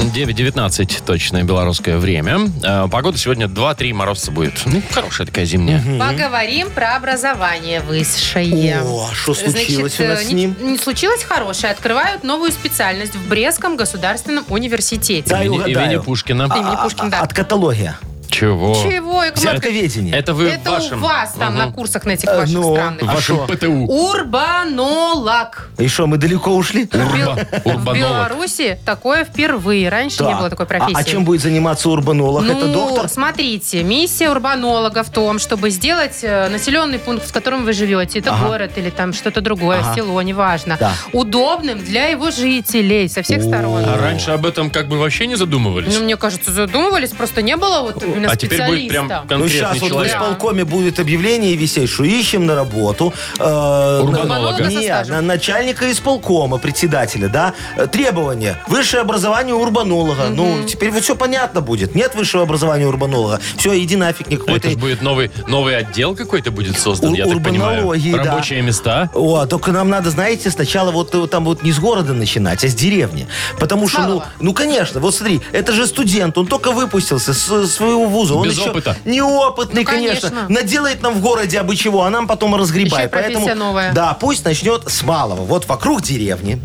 [SPEAKER 2] 9.19 точное белорусское время. Э, Погода сегодня 2-3 морозца будет. Ну, хорошая такая зимняя.
[SPEAKER 3] Поговорим про образование высшее.
[SPEAKER 4] О, а что случилось у
[SPEAKER 3] Значит,
[SPEAKER 4] нас
[SPEAKER 3] э,
[SPEAKER 4] с
[SPEAKER 3] не-
[SPEAKER 4] ним?
[SPEAKER 3] Не, случилось хорошее. Открывают новую специальность в Брестском государственном университете.
[SPEAKER 4] Да,
[SPEAKER 2] Имени-
[SPEAKER 4] угадаю.
[SPEAKER 2] имени Пушкина.
[SPEAKER 3] Имени Пушкина, да.
[SPEAKER 4] А, От каталогия.
[SPEAKER 2] Чего?
[SPEAKER 3] Чего? Яков Маркович?
[SPEAKER 4] Взятковедение.
[SPEAKER 2] Это вы в
[SPEAKER 3] Это
[SPEAKER 2] вашем...
[SPEAKER 3] у вас там на курсах на этих ваших
[SPEAKER 4] ну,
[SPEAKER 2] в
[SPEAKER 3] странных.
[SPEAKER 2] вашем ПТУ.
[SPEAKER 3] Урбанолог.
[SPEAKER 4] И что, мы далеко ушли?
[SPEAKER 3] В Бел- В
[SPEAKER 2] урбанолог.
[SPEAKER 3] Беларуси такое впервые. Раньше не
[SPEAKER 4] Да.
[SPEAKER 3] было такой
[SPEAKER 4] А-
[SPEAKER 3] профессии.
[SPEAKER 4] А, чем будет заниматься урбанолог?
[SPEAKER 3] Ну,
[SPEAKER 4] это доктор?
[SPEAKER 3] смотрите, миссия урбанолога в том, чтобы сделать э, населенный пункт, в котором вы живете, это город или там что-то другое, село, неважно,
[SPEAKER 4] Да.
[SPEAKER 3] удобным для его жителей со всех сторон.
[SPEAKER 2] А раньше об этом как бы вообще не задумывались.
[SPEAKER 3] Ну, мне кажется, задумывались, просто не было вот именно
[SPEAKER 2] а теперь
[SPEAKER 3] специалиста.
[SPEAKER 2] будет прям конкретный
[SPEAKER 4] Ну, сейчас вот в
[SPEAKER 2] человек.
[SPEAKER 3] Да.
[SPEAKER 4] исполкоме будет объявление висеть, что ищем на работу. э,
[SPEAKER 2] Урбанолога.
[SPEAKER 4] на-
[SPEAKER 3] Со
[SPEAKER 4] Не,
[SPEAKER 3] стажем.
[SPEAKER 4] на начальника исполкома, председателя, да? Э, Требования. Высшее образование урбанолога. Ну, теперь вот все понятно будет. Нет высшего образования урбанолога. Все, иди нафиг,
[SPEAKER 2] А Это
[SPEAKER 4] никакой-то...
[SPEAKER 2] ж будет новый, новый отдел какой-то будет создан,
[SPEAKER 4] Ур-
[SPEAKER 2] я так понимаю.
[SPEAKER 4] урбанологии, да.
[SPEAKER 2] Рабочие места.
[SPEAKER 4] О, а только нам надо, знаете, сначала вот э, там вот не с города начинать, а с деревни. Потому что, ну,
[SPEAKER 3] малого.
[SPEAKER 4] ну, конечно, вот смотри, это же студент, он только выпустился с э, своего вуза. Он
[SPEAKER 2] Без
[SPEAKER 4] еще
[SPEAKER 2] опыта.
[SPEAKER 4] Неопытный,
[SPEAKER 3] Ну,
[SPEAKER 4] конечно.
[SPEAKER 3] конечно.
[SPEAKER 4] Наделает нам в городе абы чего, а нам потом разгребай.
[SPEAKER 3] Еще и профессия
[SPEAKER 4] Поэтому,
[SPEAKER 3] новая.
[SPEAKER 4] Да, пусть начнет с малого. Вот вокруг деревни,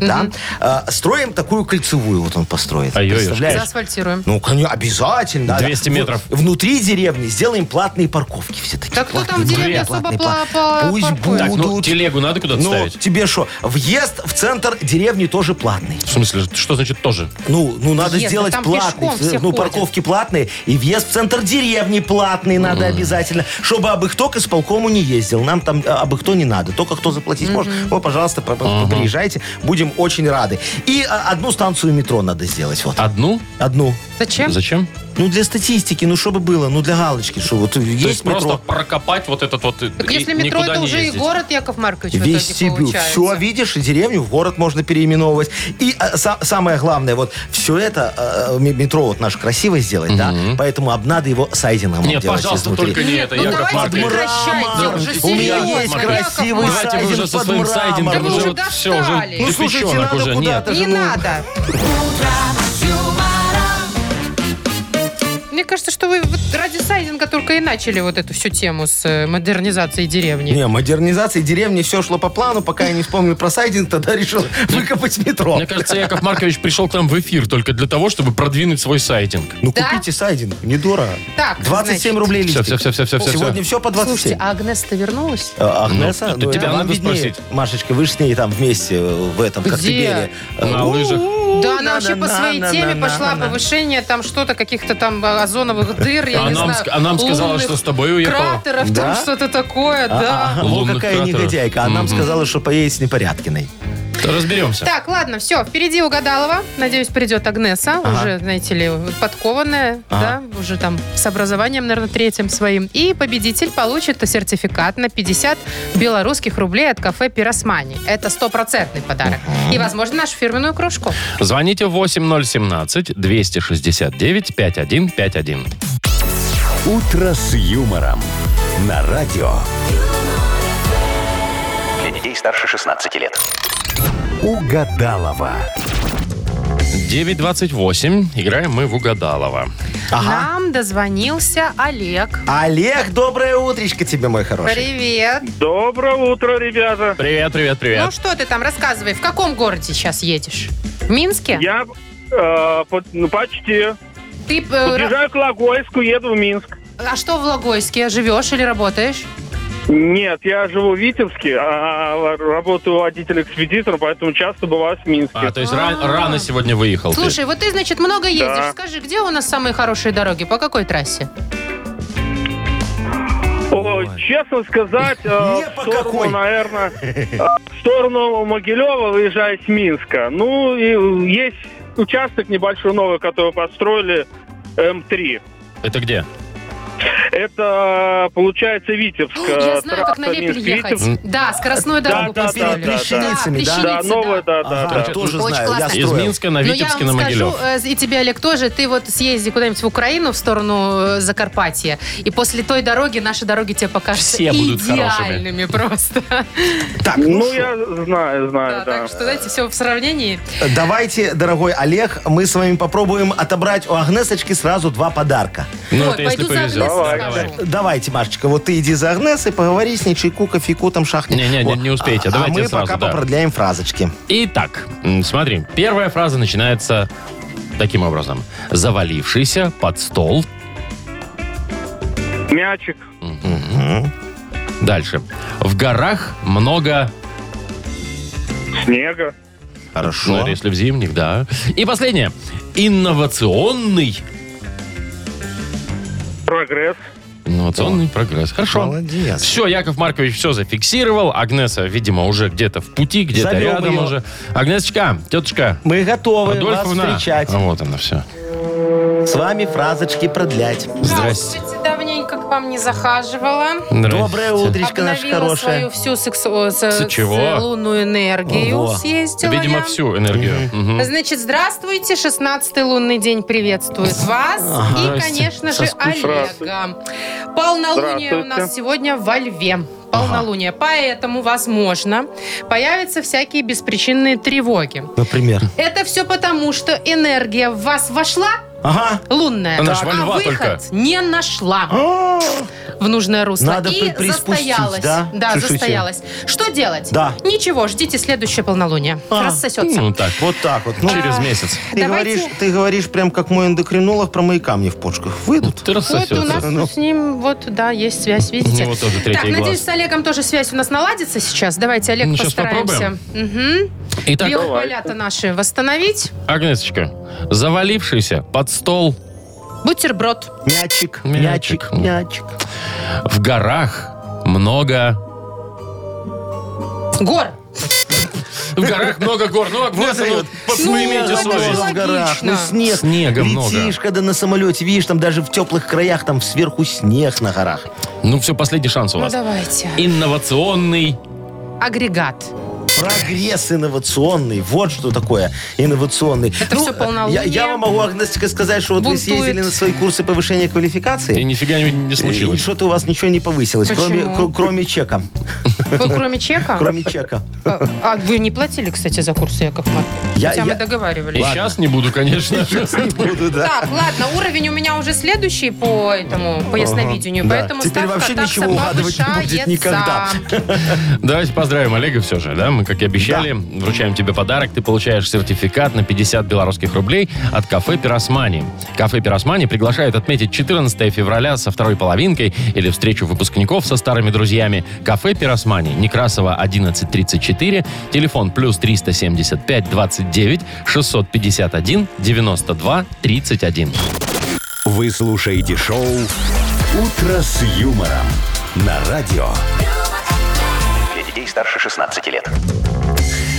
[SPEAKER 4] да, э, строим такую кольцевую, вот он построит.
[SPEAKER 2] Ай-ой-ой.
[SPEAKER 4] Представляешь?
[SPEAKER 3] Заасфальтируем.
[SPEAKER 4] Ну, конечно, обязательно.
[SPEAKER 2] 200
[SPEAKER 4] В-
[SPEAKER 2] метров.
[SPEAKER 4] Внутри деревни сделаем платные парковки все такие.
[SPEAKER 3] Так кто там в
[SPEAKER 4] платные,
[SPEAKER 3] деревне
[SPEAKER 4] платные,
[SPEAKER 3] особо
[SPEAKER 4] платные.
[SPEAKER 3] пла- пла-
[SPEAKER 4] Пусть
[SPEAKER 3] паркует?
[SPEAKER 2] Так, ну
[SPEAKER 4] будут.
[SPEAKER 2] телегу надо куда-то
[SPEAKER 4] Ну,
[SPEAKER 2] ставить.
[SPEAKER 4] тебе что, въезд в центр деревни тоже платный.
[SPEAKER 2] В смысле, что значит тоже?
[SPEAKER 4] Ну, ну надо
[SPEAKER 3] Въезд,
[SPEAKER 4] сделать
[SPEAKER 3] да там
[SPEAKER 4] платный.
[SPEAKER 3] пешком все
[SPEAKER 4] ну,
[SPEAKER 3] ходят.
[SPEAKER 4] парковки платные, и въезд в центр деревни платный надо обязательно, чтобы абы кто к исполкому не ездил. Нам там а, абы кто не надо. Только кто заплатить может, вот, пожалуйста, по- по- приезжайте. Будем очень рады. И а, одну станцию метро надо сделать. Вот.
[SPEAKER 2] Одну?
[SPEAKER 4] Одну.
[SPEAKER 3] Зачем?
[SPEAKER 2] Зачем?
[SPEAKER 4] Ну, для статистики, ну, чтобы было, ну, для галочки, что вот
[SPEAKER 2] То
[SPEAKER 4] есть
[SPEAKER 2] есть
[SPEAKER 4] метро.
[SPEAKER 2] просто прокопать вот этот вот...
[SPEAKER 3] Так если метро, это уже и город, Яков Маркович, в итоге
[SPEAKER 4] Вестибюль.
[SPEAKER 3] получается.
[SPEAKER 4] Все, видишь, и деревню в город можно переименовывать. И а, са- самое главное, вот все это а, м- метро вот наше красиво сделать, да? Поэтому об надо его сайдингом
[SPEAKER 2] Нет,
[SPEAKER 4] делать
[SPEAKER 2] пожалуйста,
[SPEAKER 4] изнутри.
[SPEAKER 2] только не это,
[SPEAKER 3] Ну,
[SPEAKER 2] Яков
[SPEAKER 3] давайте
[SPEAKER 2] Маркович. Ну,
[SPEAKER 3] прекращайте
[SPEAKER 4] Мрамор.
[SPEAKER 3] уже,
[SPEAKER 4] У меня
[SPEAKER 3] серьезно,
[SPEAKER 4] есть
[SPEAKER 3] Яков
[SPEAKER 4] красивый
[SPEAKER 3] Маркович.
[SPEAKER 2] Давайте вы уже со
[SPEAKER 4] под
[SPEAKER 2] своим
[SPEAKER 4] мрамор.
[SPEAKER 2] сайдингом
[SPEAKER 3] Да вы
[SPEAKER 2] уже,
[SPEAKER 3] уже
[SPEAKER 2] вот
[SPEAKER 3] достали.
[SPEAKER 2] все, уже
[SPEAKER 3] Ну,
[SPEAKER 4] слушайте,
[SPEAKER 2] кирпичонок
[SPEAKER 4] надо
[SPEAKER 2] уже. Нет,
[SPEAKER 4] куда-то.
[SPEAKER 3] Не
[SPEAKER 4] Ну.
[SPEAKER 3] надо. Мне кажется, что вы вот ради сайдинга только и начали вот эту всю тему с э, модернизацией деревни.
[SPEAKER 4] Не, модернизация деревни все шло по плану, пока я не вспомнил про сайдинг, тогда решил выкопать метро.
[SPEAKER 2] мне кажется, Яков Маркович пришел к нам в эфир только для того, чтобы продвинуть свой сайтинг.
[SPEAKER 4] Ну
[SPEAKER 3] Да?
[SPEAKER 4] купите сайдинг, недорого.
[SPEAKER 3] Так,
[SPEAKER 4] 27
[SPEAKER 3] значит.
[SPEAKER 4] рублей
[SPEAKER 2] Все, все,
[SPEAKER 4] листик.
[SPEAKER 2] все, все, все, все.
[SPEAKER 4] Сегодня все по 27.
[SPEAKER 3] Слушайте, а Агнеста вернулась?
[SPEAKER 4] А, Агнеса,
[SPEAKER 2] Ну, тебя
[SPEAKER 4] это вам
[SPEAKER 2] надо
[SPEAKER 4] виднее.
[SPEAKER 2] спросить.
[SPEAKER 4] Машечка, вы же с ней там вместе э, в этом
[SPEAKER 3] Где?
[SPEAKER 4] коктебеле.
[SPEAKER 2] На
[SPEAKER 4] Э,
[SPEAKER 2] лыжах.
[SPEAKER 4] у-у-у, А,
[SPEAKER 3] Да, она вообще по
[SPEAKER 4] на-на-на,
[SPEAKER 3] своей теме
[SPEAKER 4] на-на-на,
[SPEAKER 3] пошла
[SPEAKER 4] на-на.
[SPEAKER 3] повышение там что-то, каких-то там э, озоновых дыр, я
[SPEAKER 2] А
[SPEAKER 3] не
[SPEAKER 2] нам
[SPEAKER 3] знаю.
[SPEAKER 2] ск- а нам сказала,
[SPEAKER 3] лунных
[SPEAKER 2] что с тобой уехала.
[SPEAKER 3] Кратеров,
[SPEAKER 4] Да?
[SPEAKER 3] там что-то такое, да.
[SPEAKER 4] А, Во
[SPEAKER 2] Лунных
[SPEAKER 4] какая
[SPEAKER 2] кратеров.
[SPEAKER 4] негодяйка. А нам сказала, что поедет с Непорядкиной.
[SPEAKER 2] Разберемся.
[SPEAKER 3] Так, ладно, все, впереди угадалова. Надеюсь, придет Агнеса, уже, знаете ли, подкованная, да,
[SPEAKER 4] Ага.
[SPEAKER 3] уже там с образованием, наверное, третьим своим. И победитель получит сертификат на 50 белорусских рублей от кафе «Пиросмани». Это стопроцентный подарок. И, возможно, нашу фирменную кружку.
[SPEAKER 2] Звоните 8017-269-5151.
[SPEAKER 1] «Утро с юмором» на радио
[SPEAKER 5] Для детей старше 16 лет.
[SPEAKER 1] Угадалова.
[SPEAKER 2] 9.28. Играем мы в Угадалова.
[SPEAKER 3] Нам дозвонился Олег.
[SPEAKER 4] Олег, доброе утречко тебе, мой хороший.
[SPEAKER 3] Привет.
[SPEAKER 6] Доброе утро, ребята.
[SPEAKER 2] Привет, привет,
[SPEAKER 3] Ну
[SPEAKER 2] привет.
[SPEAKER 3] что ты там, рассказывай, в каком городе сейчас едешь? В Минске?
[SPEAKER 6] Я э, под- ну, почти.
[SPEAKER 3] Ты, э, ра-
[SPEAKER 6] Подъезжаю к Логойску, еду в Минск.
[SPEAKER 3] а что в Логойске? Живешь или работаешь?
[SPEAKER 6] Нет, я живу в Витебске, а работаю водитель-экспедитором, поэтому часто бываю в Минске.
[SPEAKER 2] А, то есть ра-
[SPEAKER 3] А.
[SPEAKER 2] рано сегодня выехал ты.
[SPEAKER 3] Слушай, вот ты, значит, много ездишь.
[SPEAKER 6] Да.
[SPEAKER 3] Скажи, где у нас самые хорошие дороги? По какой трассе?
[SPEAKER 6] Ой, Э, честно сказать, э,
[SPEAKER 4] Не
[SPEAKER 6] в
[SPEAKER 4] по
[SPEAKER 6] сторону,
[SPEAKER 4] какой.
[SPEAKER 6] наверное, э, в сторону Могилева выезжая с Минска. Ну, и э, есть участок небольшой новый, который построили, М3.
[SPEAKER 2] Это где?
[SPEAKER 6] Это, получается, Витебск.
[SPEAKER 3] Ну, Я
[SPEAKER 6] э,
[SPEAKER 3] знаю, как на
[SPEAKER 6] трасса
[SPEAKER 3] Лепель ехать.
[SPEAKER 6] Минск-Витебск.
[SPEAKER 3] Да, скоростную дорогу
[SPEAKER 6] да, да,
[SPEAKER 3] построили.
[SPEAKER 6] да, да.
[SPEAKER 4] Плещеницами, да?
[SPEAKER 6] Да,
[SPEAKER 3] Плещеницы,
[SPEAKER 6] новая, да, да,
[SPEAKER 4] Ага,
[SPEAKER 6] да.
[SPEAKER 4] тоже
[SPEAKER 3] Очень
[SPEAKER 4] знаю, я
[SPEAKER 3] классно.
[SPEAKER 2] Из
[SPEAKER 4] строил.
[SPEAKER 2] Минска на
[SPEAKER 3] Ну,
[SPEAKER 2] Витебске
[SPEAKER 3] я
[SPEAKER 2] на
[SPEAKER 3] вам
[SPEAKER 2] Могилев.
[SPEAKER 3] скажу, э, и тебе, Олег, тоже, ты вот съезди куда-нибудь в Украину, в сторону э, Закарпатья, и после той дороги наши дороги тебе покажутся
[SPEAKER 2] Все будут
[SPEAKER 3] идеальными просто.
[SPEAKER 4] Так, ну,
[SPEAKER 6] Ну,
[SPEAKER 4] шо,
[SPEAKER 6] я знаю, знаю,
[SPEAKER 3] Да,
[SPEAKER 6] да.
[SPEAKER 3] Так что, знаете, все в сравнении.
[SPEAKER 4] давайте, дорогой Олег, мы с вами попробуем отобрать у Агнесочки сразу два подарка.
[SPEAKER 2] Ну,
[SPEAKER 3] Ой,
[SPEAKER 2] это если
[SPEAKER 3] пойду за
[SPEAKER 2] повезет.
[SPEAKER 3] Агнесу
[SPEAKER 2] Да,
[SPEAKER 3] скажу.
[SPEAKER 2] давай.
[SPEAKER 4] Давайте, Машечка, вот ты иди за Агнесой, поговори с ней, чайку, кофейку там шахни.
[SPEAKER 2] Не-не-не,
[SPEAKER 4] Вот.
[SPEAKER 2] не успеете.
[SPEAKER 4] А-
[SPEAKER 2] Давайте
[SPEAKER 4] а мы
[SPEAKER 2] сразу,
[SPEAKER 4] пока
[SPEAKER 2] да.
[SPEAKER 4] попродляем фразочки.
[SPEAKER 2] Итак, м, смотри, первая фраза начинается таким образом. Завалившийся под стол.
[SPEAKER 6] Мячик.
[SPEAKER 2] Дальше. В горах много...
[SPEAKER 6] Снега.
[SPEAKER 4] Хорошо.
[SPEAKER 2] Ну, это если в зимних, да. И последнее. Инновационный...
[SPEAKER 6] Прогресс.
[SPEAKER 2] Инновационный прогресс. Хорошо.
[SPEAKER 4] Молодец.
[SPEAKER 2] Все, Яков Маркович все зафиксировал. Агнеса, видимо, уже где-то в пути, где-то
[SPEAKER 4] Зовем
[SPEAKER 2] рядом
[SPEAKER 4] ее.
[SPEAKER 2] уже. Агнесочка, тетушка,
[SPEAKER 4] Мы готовы
[SPEAKER 2] Адольфовна.
[SPEAKER 4] вас встречать.
[SPEAKER 2] А вот она все.
[SPEAKER 4] С вами фразочки продлять.
[SPEAKER 2] Здрасте.
[SPEAKER 3] давненько к вам не захаживала.
[SPEAKER 4] Доброе
[SPEAKER 2] Здрасте.
[SPEAKER 4] утречко, наше
[SPEAKER 3] Обновила свою
[SPEAKER 4] хорошее.
[SPEAKER 3] всю сексу- с-
[SPEAKER 2] С чего?
[SPEAKER 3] с- лунную энергию
[SPEAKER 4] Ого.
[SPEAKER 3] съездила
[SPEAKER 2] Видимо,
[SPEAKER 3] я.
[SPEAKER 2] всю энергию. Мгм.
[SPEAKER 3] Значит, здравствуйте, 16-й лунный день приветствует вас и,
[SPEAKER 2] Здрасте.
[SPEAKER 3] конечно же, Олега.
[SPEAKER 6] Здравствуйте.
[SPEAKER 3] Полнолуние у нас
[SPEAKER 6] Здравствуйте.
[SPEAKER 3] сегодня во льве. Полнолуние. Поэтому, возможно, появятся всякие беспричинные тревоги.
[SPEAKER 4] Например.
[SPEAKER 3] Это все потому, что энергия в вас вошла,
[SPEAKER 4] Ага.
[SPEAKER 3] лунная,
[SPEAKER 2] Она ж
[SPEAKER 3] а
[SPEAKER 2] во льва
[SPEAKER 3] выход
[SPEAKER 2] только.
[SPEAKER 3] не нашла
[SPEAKER 4] А,
[SPEAKER 3] в нужное русло.
[SPEAKER 4] Надо
[SPEAKER 3] и
[SPEAKER 4] при- приспустить,
[SPEAKER 3] застоялась.
[SPEAKER 4] да? Чешуйте.
[SPEAKER 3] застоялась. Что делать?
[SPEAKER 4] Да.
[SPEAKER 3] Ничего, ждите следующее полнолуние.
[SPEAKER 4] А.
[SPEAKER 3] Рассосется.
[SPEAKER 2] Ну так, вот
[SPEAKER 4] Вот так вот. Ну,
[SPEAKER 2] через месяц.
[SPEAKER 4] ты,
[SPEAKER 3] Давайте.
[SPEAKER 4] говоришь, ты говоришь прям как мой эндокринолог про мои камни в почках. Выйдут.
[SPEAKER 2] Ты
[SPEAKER 3] Вот у нас
[SPEAKER 2] рассосется.
[SPEAKER 4] Ну.
[SPEAKER 3] с ним, вот, да, есть связь, видите?
[SPEAKER 2] Ну, вот тоже третий
[SPEAKER 3] так,
[SPEAKER 2] глаз.
[SPEAKER 3] надеюсь, с Олегом тоже связь у нас наладится сейчас. Давайте, Олег,
[SPEAKER 2] Ну, щас
[SPEAKER 3] постараемся. Угу.
[SPEAKER 2] Итак,
[SPEAKER 3] Белые поля-то наши восстановить.
[SPEAKER 2] Агнесочка, завалившийся под стол
[SPEAKER 3] Бутерброд.
[SPEAKER 4] Мячик,
[SPEAKER 2] Мячик.
[SPEAKER 4] мячик, мячик.
[SPEAKER 2] в горах много...
[SPEAKER 3] Гор.
[SPEAKER 2] В горах много гор. Ну, Агнеса, ну,
[SPEAKER 3] Ну,
[SPEAKER 2] поимейте
[SPEAKER 3] это
[SPEAKER 2] совесть.
[SPEAKER 3] же
[SPEAKER 4] в горах, ну
[SPEAKER 3] логично.
[SPEAKER 4] снег.
[SPEAKER 2] Снега
[SPEAKER 4] Летишь,
[SPEAKER 2] много.
[SPEAKER 4] когда на самолете, видишь, там даже в теплых краях, там сверху снег на горах.
[SPEAKER 2] Ну, все, последний шанс у
[SPEAKER 3] Ну,
[SPEAKER 2] вас.
[SPEAKER 3] давайте.
[SPEAKER 2] Инновационный...
[SPEAKER 3] Агрегат.
[SPEAKER 4] Прогресс инновационный. Вот что такое инновационный. Ну,
[SPEAKER 3] Это всё полнолуние.
[SPEAKER 4] Я, я вам могу, Агнесочка, сказать, что вот
[SPEAKER 3] Бунтует.
[SPEAKER 4] вы съездили на свои курсы повышения
[SPEAKER 2] И
[SPEAKER 4] квалификации.
[SPEAKER 2] нифига не,
[SPEAKER 3] Э,
[SPEAKER 2] не
[SPEAKER 4] И
[SPEAKER 2] случилось.
[SPEAKER 4] что-то у вас ничего не повысилось, кроме,
[SPEAKER 3] Почему?
[SPEAKER 4] кр- кроме чека.
[SPEAKER 3] Вы кроме чека?
[SPEAKER 4] Кроме чека.
[SPEAKER 3] А а вы не платили, кстати, за курсы, Яков Маркович?
[SPEAKER 4] Я-
[SPEAKER 3] Хотя
[SPEAKER 4] А я-
[SPEAKER 3] мы договаривались.
[SPEAKER 2] И сейчас не буду, конечно.
[SPEAKER 4] Не буду, да.
[SPEAKER 3] Так, ладно, уровень у меня уже следующий по этому по ясновидению,
[SPEAKER 4] да.
[SPEAKER 3] поэтому
[SPEAKER 4] Теперь
[SPEAKER 3] ставка
[SPEAKER 4] вообще
[SPEAKER 3] так
[SPEAKER 4] ничего
[SPEAKER 3] сама
[SPEAKER 4] угадывать не будет
[SPEAKER 3] повышается.
[SPEAKER 4] никогда.
[SPEAKER 2] Давайте поздравим Олега все же, да? Мы, как и обещали, вручаем тебе подарок. Ты получаешь сертификат на 50 белорусских рублей от кафе «Пиросмани». Кафе «Пиросмани» приглашает отметить 14 февраля со второй половинкой или встречу выпускников со старыми друзьями. Кафе «Пиросмани», Некрасова, 1134, телефон плюс 375 29 651 92 31.
[SPEAKER 1] Вы слушаете шоу «Утро с юмором» на радио.
[SPEAKER 5] Для детей старше 16 лет.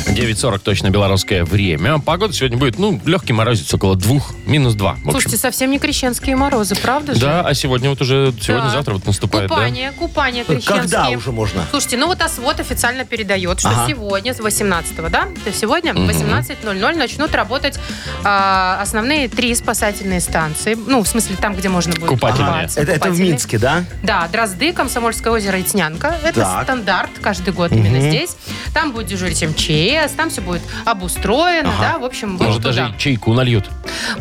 [SPEAKER 2] 9.40 точно белорусское время. Погода сегодня будет, ну, легкий морозец, около двух, минус два. в общем.
[SPEAKER 3] Слушайте, совсем не крещенские морозы, правда же?
[SPEAKER 2] да, а сегодня вот уже, сегодня-завтра вот наступает, да?
[SPEAKER 3] Купание, купание крещенские.
[SPEAKER 4] Когда уже можно?
[SPEAKER 3] Слушайте, ну вот ОСВОД официально передает, что
[SPEAKER 4] Ага.
[SPEAKER 3] сегодня, с 18 да? То есть сегодня в 18.00 начнут работать а, основные три спасательные станции. Ну, в смысле, там, где можно будет
[SPEAKER 2] Купательные.
[SPEAKER 3] купаться.
[SPEAKER 4] Это, это в
[SPEAKER 3] купательные.
[SPEAKER 4] Минске, да?
[SPEAKER 3] Да, Дрозды, Комсомольское озеро и Тнянка. Это
[SPEAKER 4] Так.
[SPEAKER 3] стандарт каждый год именно здесь. Там будет дежурить МЧС, там все будет обустроено, да, в общем, вот
[SPEAKER 2] Может,
[SPEAKER 3] туда.
[SPEAKER 2] даже чайку нальют.